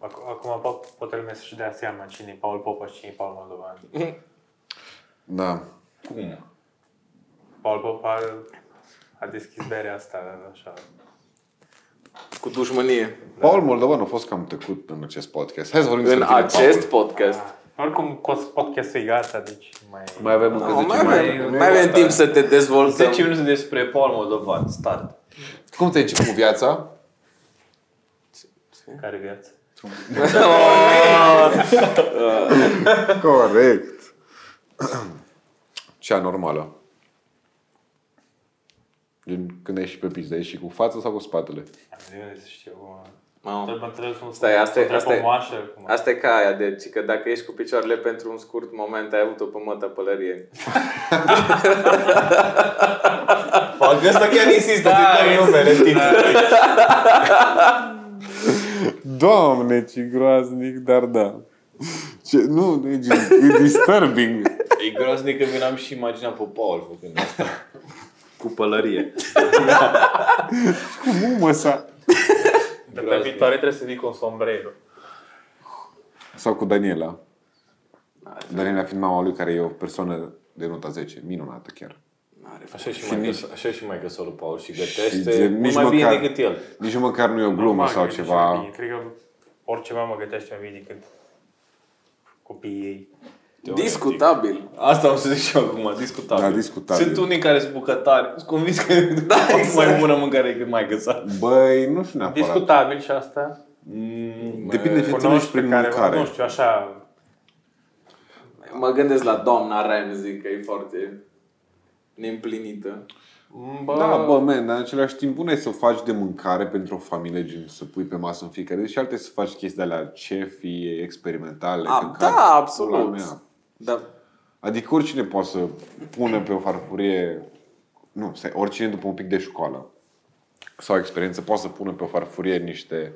S6: Acum, acum po- poate lumea să-și dea seama cine e Paul Popa și cine e Paul Moldovan.
S1: Da.
S4: Cum?
S6: Paul Popa a deschis berea asta, așa.
S2: Cu dușmănie.
S1: Paul Moldovan a fost cam tăcut în acest podcast. Hai să vorbim
S2: În
S1: despre tine,
S2: acest
S1: Paul.
S2: podcast.
S6: Oricum, cos- podcastul e gata, deci mai...
S1: Mai avem încă
S2: Nu,
S1: 10
S2: Da, mai
S1: minute.
S2: avem, mai avem timp să te dezvoltăm.
S4: 10 minute despre Paul Moldovan. Start.
S1: Cum te-ai început cu viața?
S6: Care viață?
S1: Corect. Cea normală. Din când ești pe pizdă, ești și cu fața sau cu spatele?
S6: Am de unde să știu. mă.
S2: Mamă.
S6: Întreb- întreb cum-
S2: Stai, asta e-
S6: întreb
S2: asta e-
S6: o moașă, cum-
S2: Asta e ca aia, deci că dacă ești cu picioarele pentru un scurt moment, ai avut o pămătă pălărie.
S4: Fac asta chiar insistă, da, dăm numele, titlul.
S1: Doamne, ce groaznic, dar da. Ce, nu, e, e disturbing.
S4: E groaznic că mi l-am și imaginat pe Paul făcând asta.
S3: Cu pălărie.
S1: Cum mă sa?
S6: Data viitoare trebuie să vii cu un sombrero.
S1: Sau cu Daniela. Daniela fiind mama lui, care e o persoană de nota 10, minunată chiar.
S4: Așa și, mai
S1: nici-
S4: că, așa și mai că lui Paul și
S1: Și
S4: gătește
S1: gen,
S4: mult
S1: nici
S4: mai bine
S1: măcar-
S4: decât el.
S1: Nici măcar nu e o glumă
S6: Normal,
S1: sau
S6: gătește mai
S1: ceva.
S6: bine. Cred că orice mamă gătește mai bine decât copiii ei.
S2: Discutabil.
S4: Asta am să zic și eu acum, discutabil.
S1: Da, discutabil.
S4: Sunt unii care sunt bucătari, sunt convins că da, mai bună mâncare decât mai găsat.
S1: Băi, nu știu neapărat.
S6: Discutabil și asta.
S1: Depinde ce înțelegi
S6: Cunoști
S1: prin
S6: pe care,
S1: mâncare.
S6: nu știu, așa,
S2: Mă gândesc la doamna Ramsey, că e foarte neîmplinită.
S6: Bă,
S1: Da, bă, man, dar în același timp, una e să faci de mâncare pentru o familie, gen să pui pe masă în fiecare zi și alte e să faci chestii de la cefii, experimentale.
S2: A,
S1: căcat,
S2: da,
S1: pula
S2: absolut.
S1: mea.
S2: Da.
S1: Adică oricine poate să pună pe o farfurie, nu, stai, oricine după un pic de școală sau experiență poate să pună pe o farfurie niște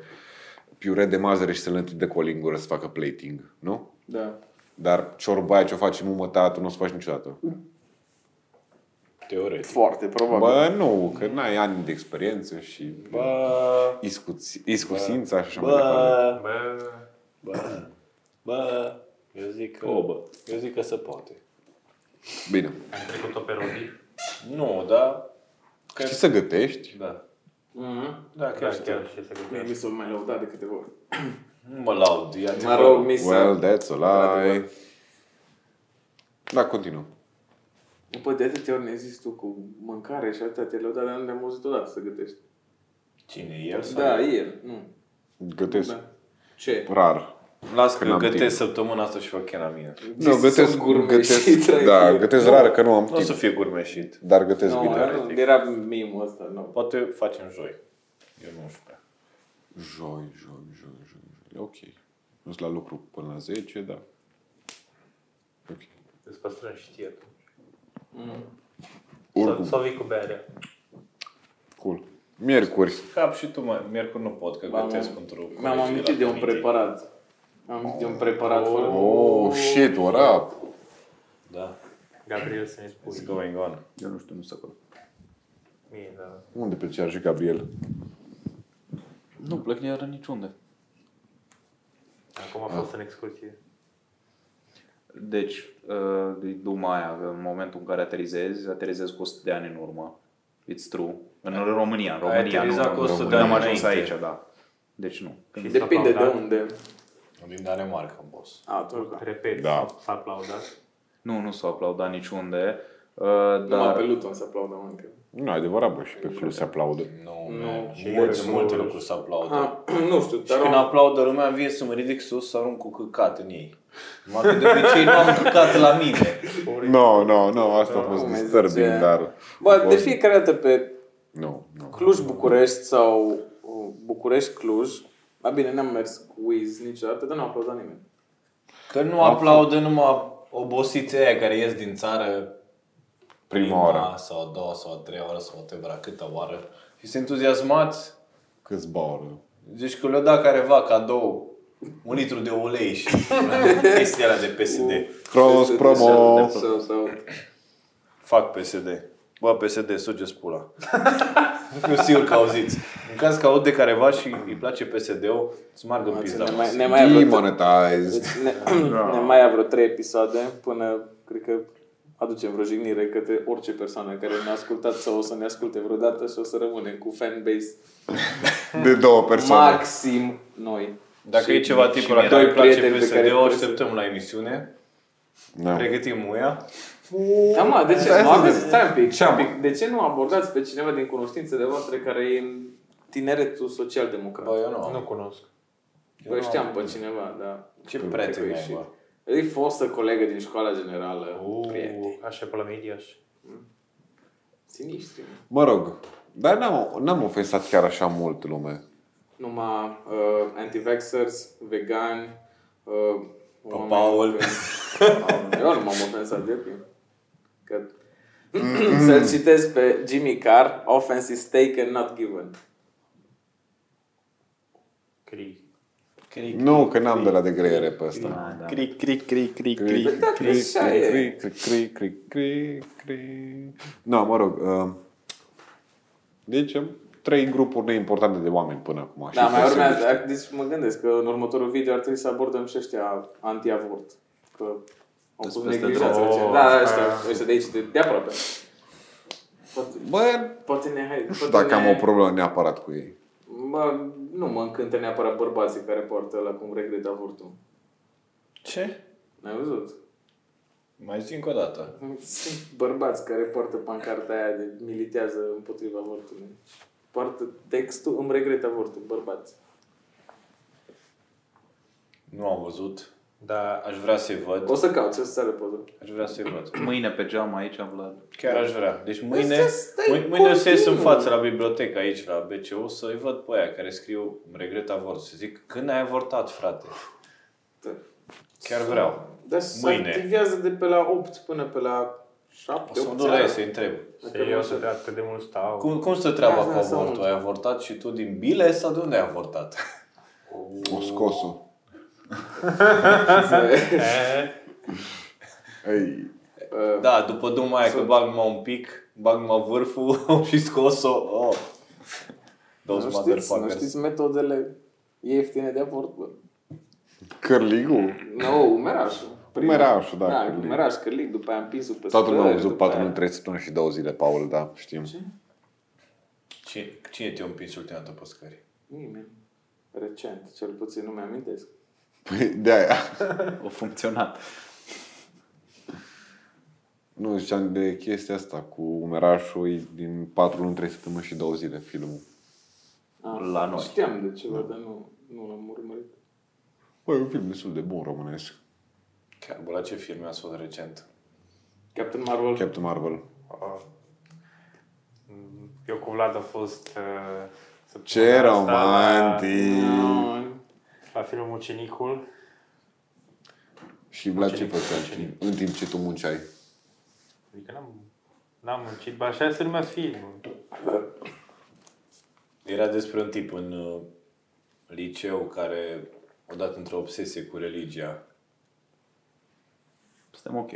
S1: piure de mazăre și să le întinde cu o lingură să facă plating, nu?
S2: Da.
S1: Dar ciorba aia ce o face mumă ta, tu nu o să faci niciodată.
S4: Teoretic.
S2: Foarte probabil.
S1: Bă, nu, că n-ai ani de experiență și...
S4: Bă,
S1: Iscuți, iscusința și așa mai departe.
S4: bă,
S6: bă,
S4: bă, bă, eu zic că,
S3: O, bă.
S4: eu zic că se poate.
S1: Bine.
S6: am trecut o perodie.
S4: Nu, da,
S1: Știi să gătești?
S4: da.
S2: Mhm.
S4: Da,
S6: Da,
S4: chiar,
S6: chiar
S4: chiar.
S6: și să
S2: Mie mi
S6: gătești.
S2: s-a mai lăudat de câteva ori.
S4: Nu mă laud, e
S2: Mă
S4: adevărat.
S2: rog, mi s-a...
S1: Well, that's a lie. Da, continuă.
S2: Bă, Păi, de atâtea ori ne-ai zis tu cu mâncare și atâtea te lăudat, dar nu ne-am auzit odată să gătești.
S4: Cine, el sau
S2: Da,
S4: eu?
S2: el. Nu.
S1: Gătesc.
S2: Da. Ce?
S1: Rar.
S4: Las
S1: Că
S4: că
S1: n-am
S4: gătesc săptămâna asta și fac chiar la mine.
S1: Nu, gătesc, gătesc,
S2: trei
S1: da,
S2: zile.
S1: gătesc rar, că nu am
S4: Nu o să
S1: timp.
S4: fie gurmeșit.
S1: Dar gătesc
S2: Nu,
S1: bine.
S2: dar nu, era meme-ul ăsta, nu.
S4: Poate facem joi. Eu nu știu. prea.
S1: Joi, joi, joi, joi, joi. Ok. Nu sunt la lucru până la 10, da. Ok.
S6: Îți păstrăm și ție tu.
S1: Oricum,
S6: Sau vii cu bere.
S1: cool. Miercuri.
S4: Cap și tu, mai, miercuri nu pot, că
S2: M-am-
S4: gătesc pentru...
S2: Mi-am
S4: colegii la
S2: amintit de un
S4: comitet.
S2: preparat. Am amintit de un preparat fără...
S1: Oh, shit, what up?
S4: Da,
S6: Gabriel să-mi
S4: it's
S6: spui.
S4: going on.
S8: Eu nu știu, nu se acolo.
S6: Mie, da.
S1: Unde pe ce ar și Gabriel?
S8: Nu plec iară niciunde.
S6: Acum a
S2: Ah.
S6: fost în excursie.
S8: Deci, uh, e duma aia, că în momentul în care aterizezi, aterizezi cu 100 de ani în urmă. It's true. În România, în România.
S4: aterizat
S8: nu,
S4: cu 100 de
S8: Când am
S4: ani
S8: ajuns aici,
S4: înainte.
S8: da. Deci nu. Când
S6: Și s-a
S2: Depinde de
S6: aplaudat.
S2: unde.
S4: Din Danemarca, boss.
S2: A, tot da.
S6: Repet,
S1: Da.
S6: s-a- s-a aplaudat.
S8: Nu, nu s-a aplaudat niciunde. Uh,
S2: Numai
S1: da.
S8: dar
S2: pe Luton se aplaudă, mă, cred.
S1: Nu, adevărat, bă, și pe Cluj se aplaudă.
S4: Nu,
S2: Nu.
S4: man.
S6: Și
S4: Multe,
S6: eu-
S4: multe lucruri se aplaudă.
S2: A, Ah, (clears throat) nu știu,
S4: Și
S2: dar
S4: când
S2: am...
S4: aplaudă lumea, vine să mă ridic sus să arunc cu căcat în ei. Mă, că de obicei nu am căcat la mine.
S1: Nu, nu, nu, asta a fost
S2: mai
S1: disturbing,
S2: zice-
S1: dar...
S2: Bă, de fiecare dată pe
S1: Nu, nu.
S2: Cluj-București sau uh, București-Cluj, a bine, n-am mers cu Wiz niciodată, dar nu a aplaudat nimeni.
S4: Că nu aplaudă numai obosiții aia care ies din țară
S1: Prima oară.
S4: sau a doua sau a treia oară sau whatever, câtă oară. Și sunt entuziasmați.
S1: Câțiva oră.
S4: Zici că le-a dat careva cadou un litru de
S2: (laughs)
S4: ulei și chestia alea de PSD.
S1: Cross promo.
S2: Sau, sau...
S4: Fac PSD. Bă, PSD, sugeți pula. (laughs) nu fiu sigur că auziți. În caz că aud de careva și îi place PSD-ul, îți margă în pizda.
S2: Ne mai, ne mai a vreo-
S4: (laughs)
S1: Demonetized.
S2: Deci ne, (clears throat) ne mai a vreo trei episoade până, cred că, aducem vreo jignire către orice persoană care ne-a ascultat sau o să ne asculte vreodată și o să rămânem cu fanbase
S1: De două persoane.
S2: maxim noi.
S4: Dacă e ceva tipul
S2: și
S4: la care îi
S2: doi
S4: place
S2: prieteni pe care
S4: PSD-ul,
S2: îi
S4: așteptăm la emisiune.
S1: Da.
S4: Pregătim uia.
S2: Da, mă, de ce?
S1: Stai
S2: Nu
S1: să
S2: aveți,
S1: vezi.
S2: stai un pic,
S1: Ce am?
S2: stai un pic. De ce nu abordați pe cineva din cunoștințele voastre care e în tineretul social-democrat?
S4: Bă, eu nu am.
S6: Nu cunosc.
S2: Bă, știam pe cineva, da.
S4: Ce
S2: Cred că
S4: prieteni
S2: e
S4: ai,
S2: și-
S4: bă? Oh.
S2: E fostă colegă din școala generală. Prieteni.
S6: Uh, Așa pe la mediaș.
S2: Sinistri.
S1: Mă rog, dar n-am, n-am ofensat chiar așa mult lume.
S2: numai uh, anti-vaxxers, vegani, uh, oameni
S4: Paul.
S2: care- Eu nu m-am ofensat de timp. Că...
S1: Mm-hmm.
S2: Să-l citesc pe Jimmy Carr, offense is taken, not given.
S6: Cri.
S4: Cric,
S1: Nu, că n-am de la de greiere pe ăsta.
S8: da, da.
S4: cric, cric, cric, cric,
S1: Cri,
S4: cric.
S2: da,
S1: cri,
S2: așa
S1: cri,
S2: e.
S1: cri, cri, cri, cri, cri, cri. Nu, mă rog. uh, Deci, am trei grupuri neimportante de oameni până acum. și
S2: Da, mai
S1: PSD.
S2: urmează. Deci mă gândesc că în următorul video ar trebui să abordăm și ăștia anti-avort. Că au fost
S8: peste
S2: neglijați.
S6: două.
S2: recent. Da, da, ăștia, ăștia de aici, de, de aproape. Poate,
S1: Bă,
S2: poate ne... hai-
S1: nu știu
S2: poate
S1: dacă am
S2: ne-
S1: o problemă neapărat cu ei.
S2: Bă, nu mă încântă neapărat bărbații care poartă la cum regret avortul.
S4: Ce?
S2: N-ai văzut?
S4: Mai zi încă o dată.
S2: Sunt bărbați care poartă pancarta aia de militează împotriva avortului. Poartă textul, îmi regret avortul, bărbați.
S4: Nu am văzut.
S6: Da,
S4: Aș vrea să-i văd.
S2: O să cauți, o să sară poză.
S4: Aș vrea să-i
S2: (clears throat)
S4: văd.
S8: Mâine pe geam aici, Vlad.
S4: Chiar aș vrea. Deci
S2: Păi
S4: mâine,
S2: Să stai
S4: mâine, mâine o să ies în
S2: continuu.
S4: față la bibliotecă aici, la BCU, să-i văd pe aia care scriu "Îmi regret avort. Să zic, când ai avortat, frate? Chiar vreau.
S2: Dar se
S4: Mâine.
S2: activează de pe la 8 până pe la 7,
S4: O să
S2: 8
S4: duc la ei să-i întreb.
S6: să eu să dea cât de mult stau.
S4: Cum, cum stă treaba
S2: Da,
S4: cu
S2: da, să
S4: avortul?
S2: mă-
S4: Ai avortat și tu din bile sau de unde ai avortat? (laughs)
S1: O scosul.
S2: (laughs)
S6: E,
S1: Ei,
S4: Da, după duma aia că bag numai un pic, bag numai vârful (laughs) și scos-o. Oh. Those
S2: Nu știți, nu
S4: motherfuckers.
S2: știți metodele ieftine de avort, bă.
S1: Cârligul?
S2: Nu, umerașul. Primul.
S1: Umerașul, da,
S2: da
S1: cârlig.
S2: umeraș, cărlic, după aia împinsul pe
S1: Toată lumea a
S2: scări,
S1: văzut
S2: după
S1: 4
S2: aia-
S1: luni, 3 săptămâni și 2 zile, Paul, da, știm.
S4: Cine, cine te-a împins ultima dată pe scări?
S2: Nimeni. Recent, cel puțin nu mi-amintesc.
S1: Păi, de-aia.
S8: O funcționat.
S1: (laughs) Nu, ziceam de chestia asta cu umerașul e din 4 luni, 3 săptămâni și 2 zile filmul.
S2: Ah,
S8: La noi.
S2: Știam de ceva, dar nu, nu l-am urmărit.
S1: Băi, e Păi, un film destul de bun românesc.
S4: Chiar, bă, la ce filme ați fost recent?
S2: Captain Marvel.
S1: Captain Marvel.
S6: a, Eu cu Vlad a fost... uh, săptămâna
S1: Ce
S6: asta
S1: romantic!
S2: No,
S6: La, la filmul Ucenicul.
S1: Și Vlad ce
S6: Ucenic,
S1: făceai în
S6: ucenic.
S1: timp- în timp ce tu munceai?
S6: Adică n-am, n-am muncit, bă, așa se numea filmul.
S4: Era despre un tip în uh, liceu care odată într-o obsesie cu religia.
S8: Suntem ok.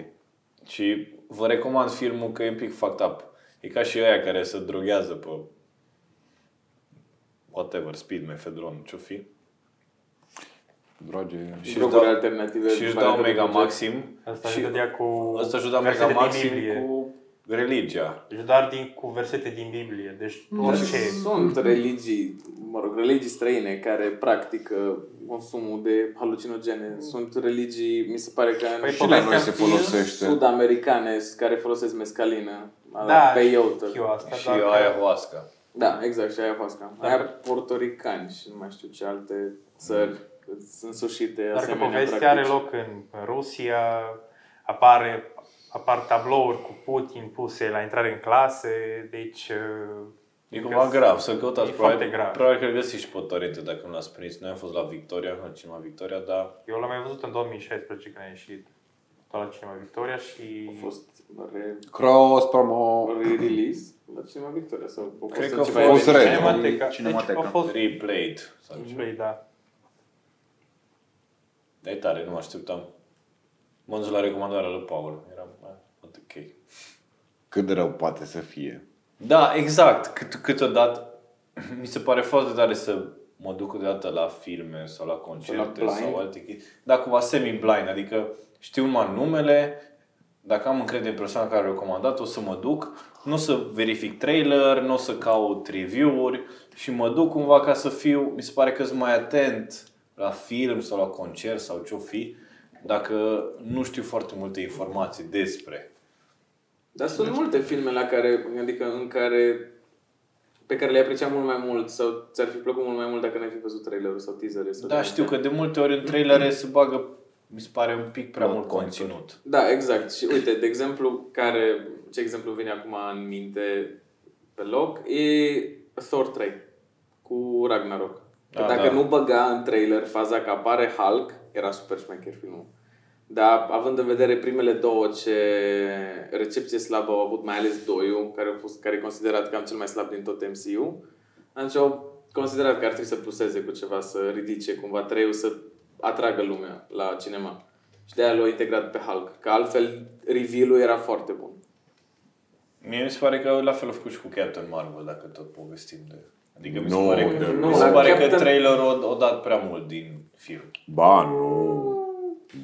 S4: Și vă recomand filmul că e un pic fucked up. E ca și ăia care se droghează pe whatever, speed, mefedron, ce-o fi.
S1: Droge.
S4: Și își
S2: Droguri
S4: dau,
S2: alternative.
S4: și își
S2: care
S4: dau
S2: te
S4: mega
S2: duce.
S4: maxim.
S6: Asta
S4: și
S6: judeca cu
S4: ăsta își dau mega
S6: versete din
S4: maxim
S6: Biblie.
S4: cu religia.
S6: Deci doar din, cu versete din Biblie, deci orice.
S2: Sunt religii, mă rog, religii străine care practică consumul de halucinogene. Sunt religii, mi se pare că în
S6: Păi,
S1: Și la noi
S6: povestea
S1: se
S6: fiind
S1: folosește.
S2: sud-americane care folosesc mescalină.
S6: Da,
S2: pe
S6: știu
S2: iaută.
S6: asta,
S4: Și
S6: doar că-
S4: aia hoasca.
S2: Da, exact, și aia pasca.
S6: Da.
S2: Aia portoricani și nu mai știu ce alte țări îți însușite
S6: Dar că
S2: asemenea
S6: povestea
S2: practici.
S6: are loc în în Rusia, apare, apar tablouri cu Putin puse la intrare în clase, deci... uh,
S4: E cumva grav, să căutați.
S6: E
S4: probabil,
S6: foarte grav.
S4: probabil că îl găsiți și pe Torrente dacă nu l-ați prins. Noi am fost la Victoria, la cinema Victoria, dar
S6: Eu l-am mai văzut în 2016 când a ieșit tot la Cinema Victoria și...
S2: A fost re-
S1: Cross promo.
S2: re-release la Cinema Victoria sau a
S4: Cred
S2: fost
S4: că
S2: în
S4: a
S2: ceva
S1: fost
S2: evenimente.
S1: re-
S6: Cinemateca.
S3: Cinemateca.
S6: Deci a fost
S4: replayed. Sau ce.
S6: Play, da. Mhm.
S4: Dar e tare, nu mă așteptam. Mă duc la recomandarea lui Paul. Era ok.
S1: Cât de rău poate să fie.
S4: Da, exact. Cât, câteodată (laughs) mi se pare foarte tare să mă duc câteodată la filme sau la concerte
S2: blind.
S4: sau alte chestii. Da, cumva semi-blind, adică știu numai numele, dacă am încredere în persoana care a recomandat, o să mă duc, nu o să verific trailer, nu o să caut review-uri și mă duc cumva ca să fiu, mi se pare că sunt mai atent la film sau la concert sau ce-o fi, dacă nu știu foarte multe informații despre.
S2: Dar sunt multe filme la care, adică în care pe care le apreciam mult mai mult sau ți-ar fi plăcut mult mai mult dacă n-ai fi văzut trailerul sau teaserul. Sau
S4: Da, știu că de multe ori în trailere se bagă, mi se pare un pic prea mult conținut.
S2: Da, exact. Și uite, de exemplu, care, ce exemplu vine acum în minte pe loc, e Thor 3 cu Ragnarok. Că
S4: Da,
S2: dacă
S4: da.
S2: nu băga în trailer faza că apare Hulk, era super șmecher filmul. Dar având în vedere primele două ce recepție slabă au avut, mai ales doiul, care, a fost, care e considerat cam cel mai slab din tot MCU, atunci au considerat că ar trebui să pluseze cu ceva, să ridice cumva treiul, să atragă lumea la cinema. Și de-aia l-au integrat pe Hulk, că altfel reveal-ul era foarte bun.
S4: Mie mi se pare că la fel a făcut și cu Captain Marvel, dacă tot povestim de... Adică mi se
S1: No,
S4: pare că,
S1: de-
S4: mi se
S2: la
S4: pare că
S2: Captain-
S4: trailerul o, o dat prea mult din film.
S1: Ba, nu.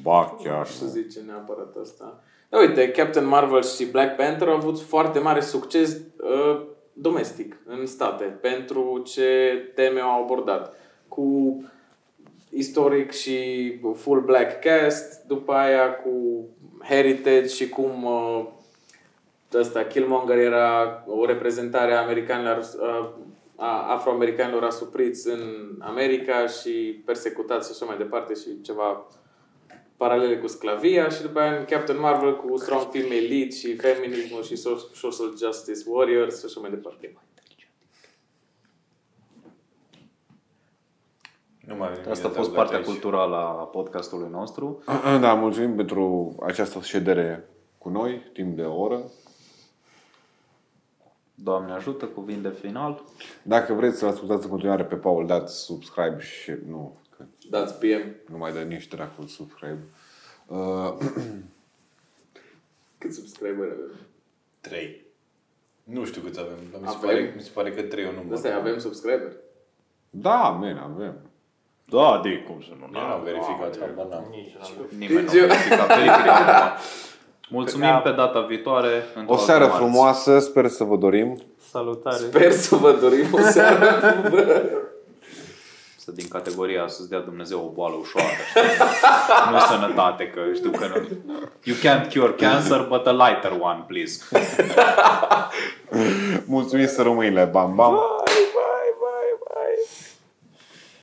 S1: Ba,
S2: Nu
S1: chiar
S2: știu să
S1: nu.
S2: zice neapărat asta. Dar uite, Captain Marvel și Black Panther au avut foarte mare succes uh, domestic în state pentru ce teme au abordat. Cu istoric și full black cast, după aia cu heritage și cum uh, ăsta, Killmonger era o reprezentare a americanilor uh, a afroamericanilor asupriți în America și persecutați și așa mai departe și ceva paralele cu sclavia și după aia în Captain Marvel cu strong female lead și feminismul și so- social justice warriors și așa mai departe.
S4: Nu mai vine
S3: Asta a fost partea culturală a podcastului nostru.
S1: (clears throat) Da, mulțumim pentru această ședere cu noi, timp de o oră.
S3: Doamne ajută, cuvinte final.
S1: Dacă vreți să-l ascultați în continuare pe Paul, dați subscribe și nu, că
S2: Dați PM.
S1: nu mai dă nici dracul subscribe. Uh, (clears throat)
S2: Cât subscriber avem?
S4: 3. Nu știu câți avem, dar mi se,
S2: Avem?
S4: pare, mi se pare că 3 e un număr.
S2: De asta avem subscriber.
S1: da, men, avem.
S3: Da, de cum să nu.
S4: Nu am verificat, habar n-am.
S6: Nici n-am
S3: Nimeni nu
S2: Deci eu-
S3: verifica, verifica acum. Mulțumim pe data viitoare. într-o
S1: O
S3: altă
S1: seară
S3: marți.
S1: frumoasă, sper să vă dorim.
S6: Salutare!
S2: Sper să vă dorim o seară bună.
S3: Să din categoria să-ți dea Dumnezeu o boală ușoară. știi? nu sănătate, că știu că nu. You can't cure cancer, but a lighter one, please.
S1: Mulțumim să rămâi la Bam Bam.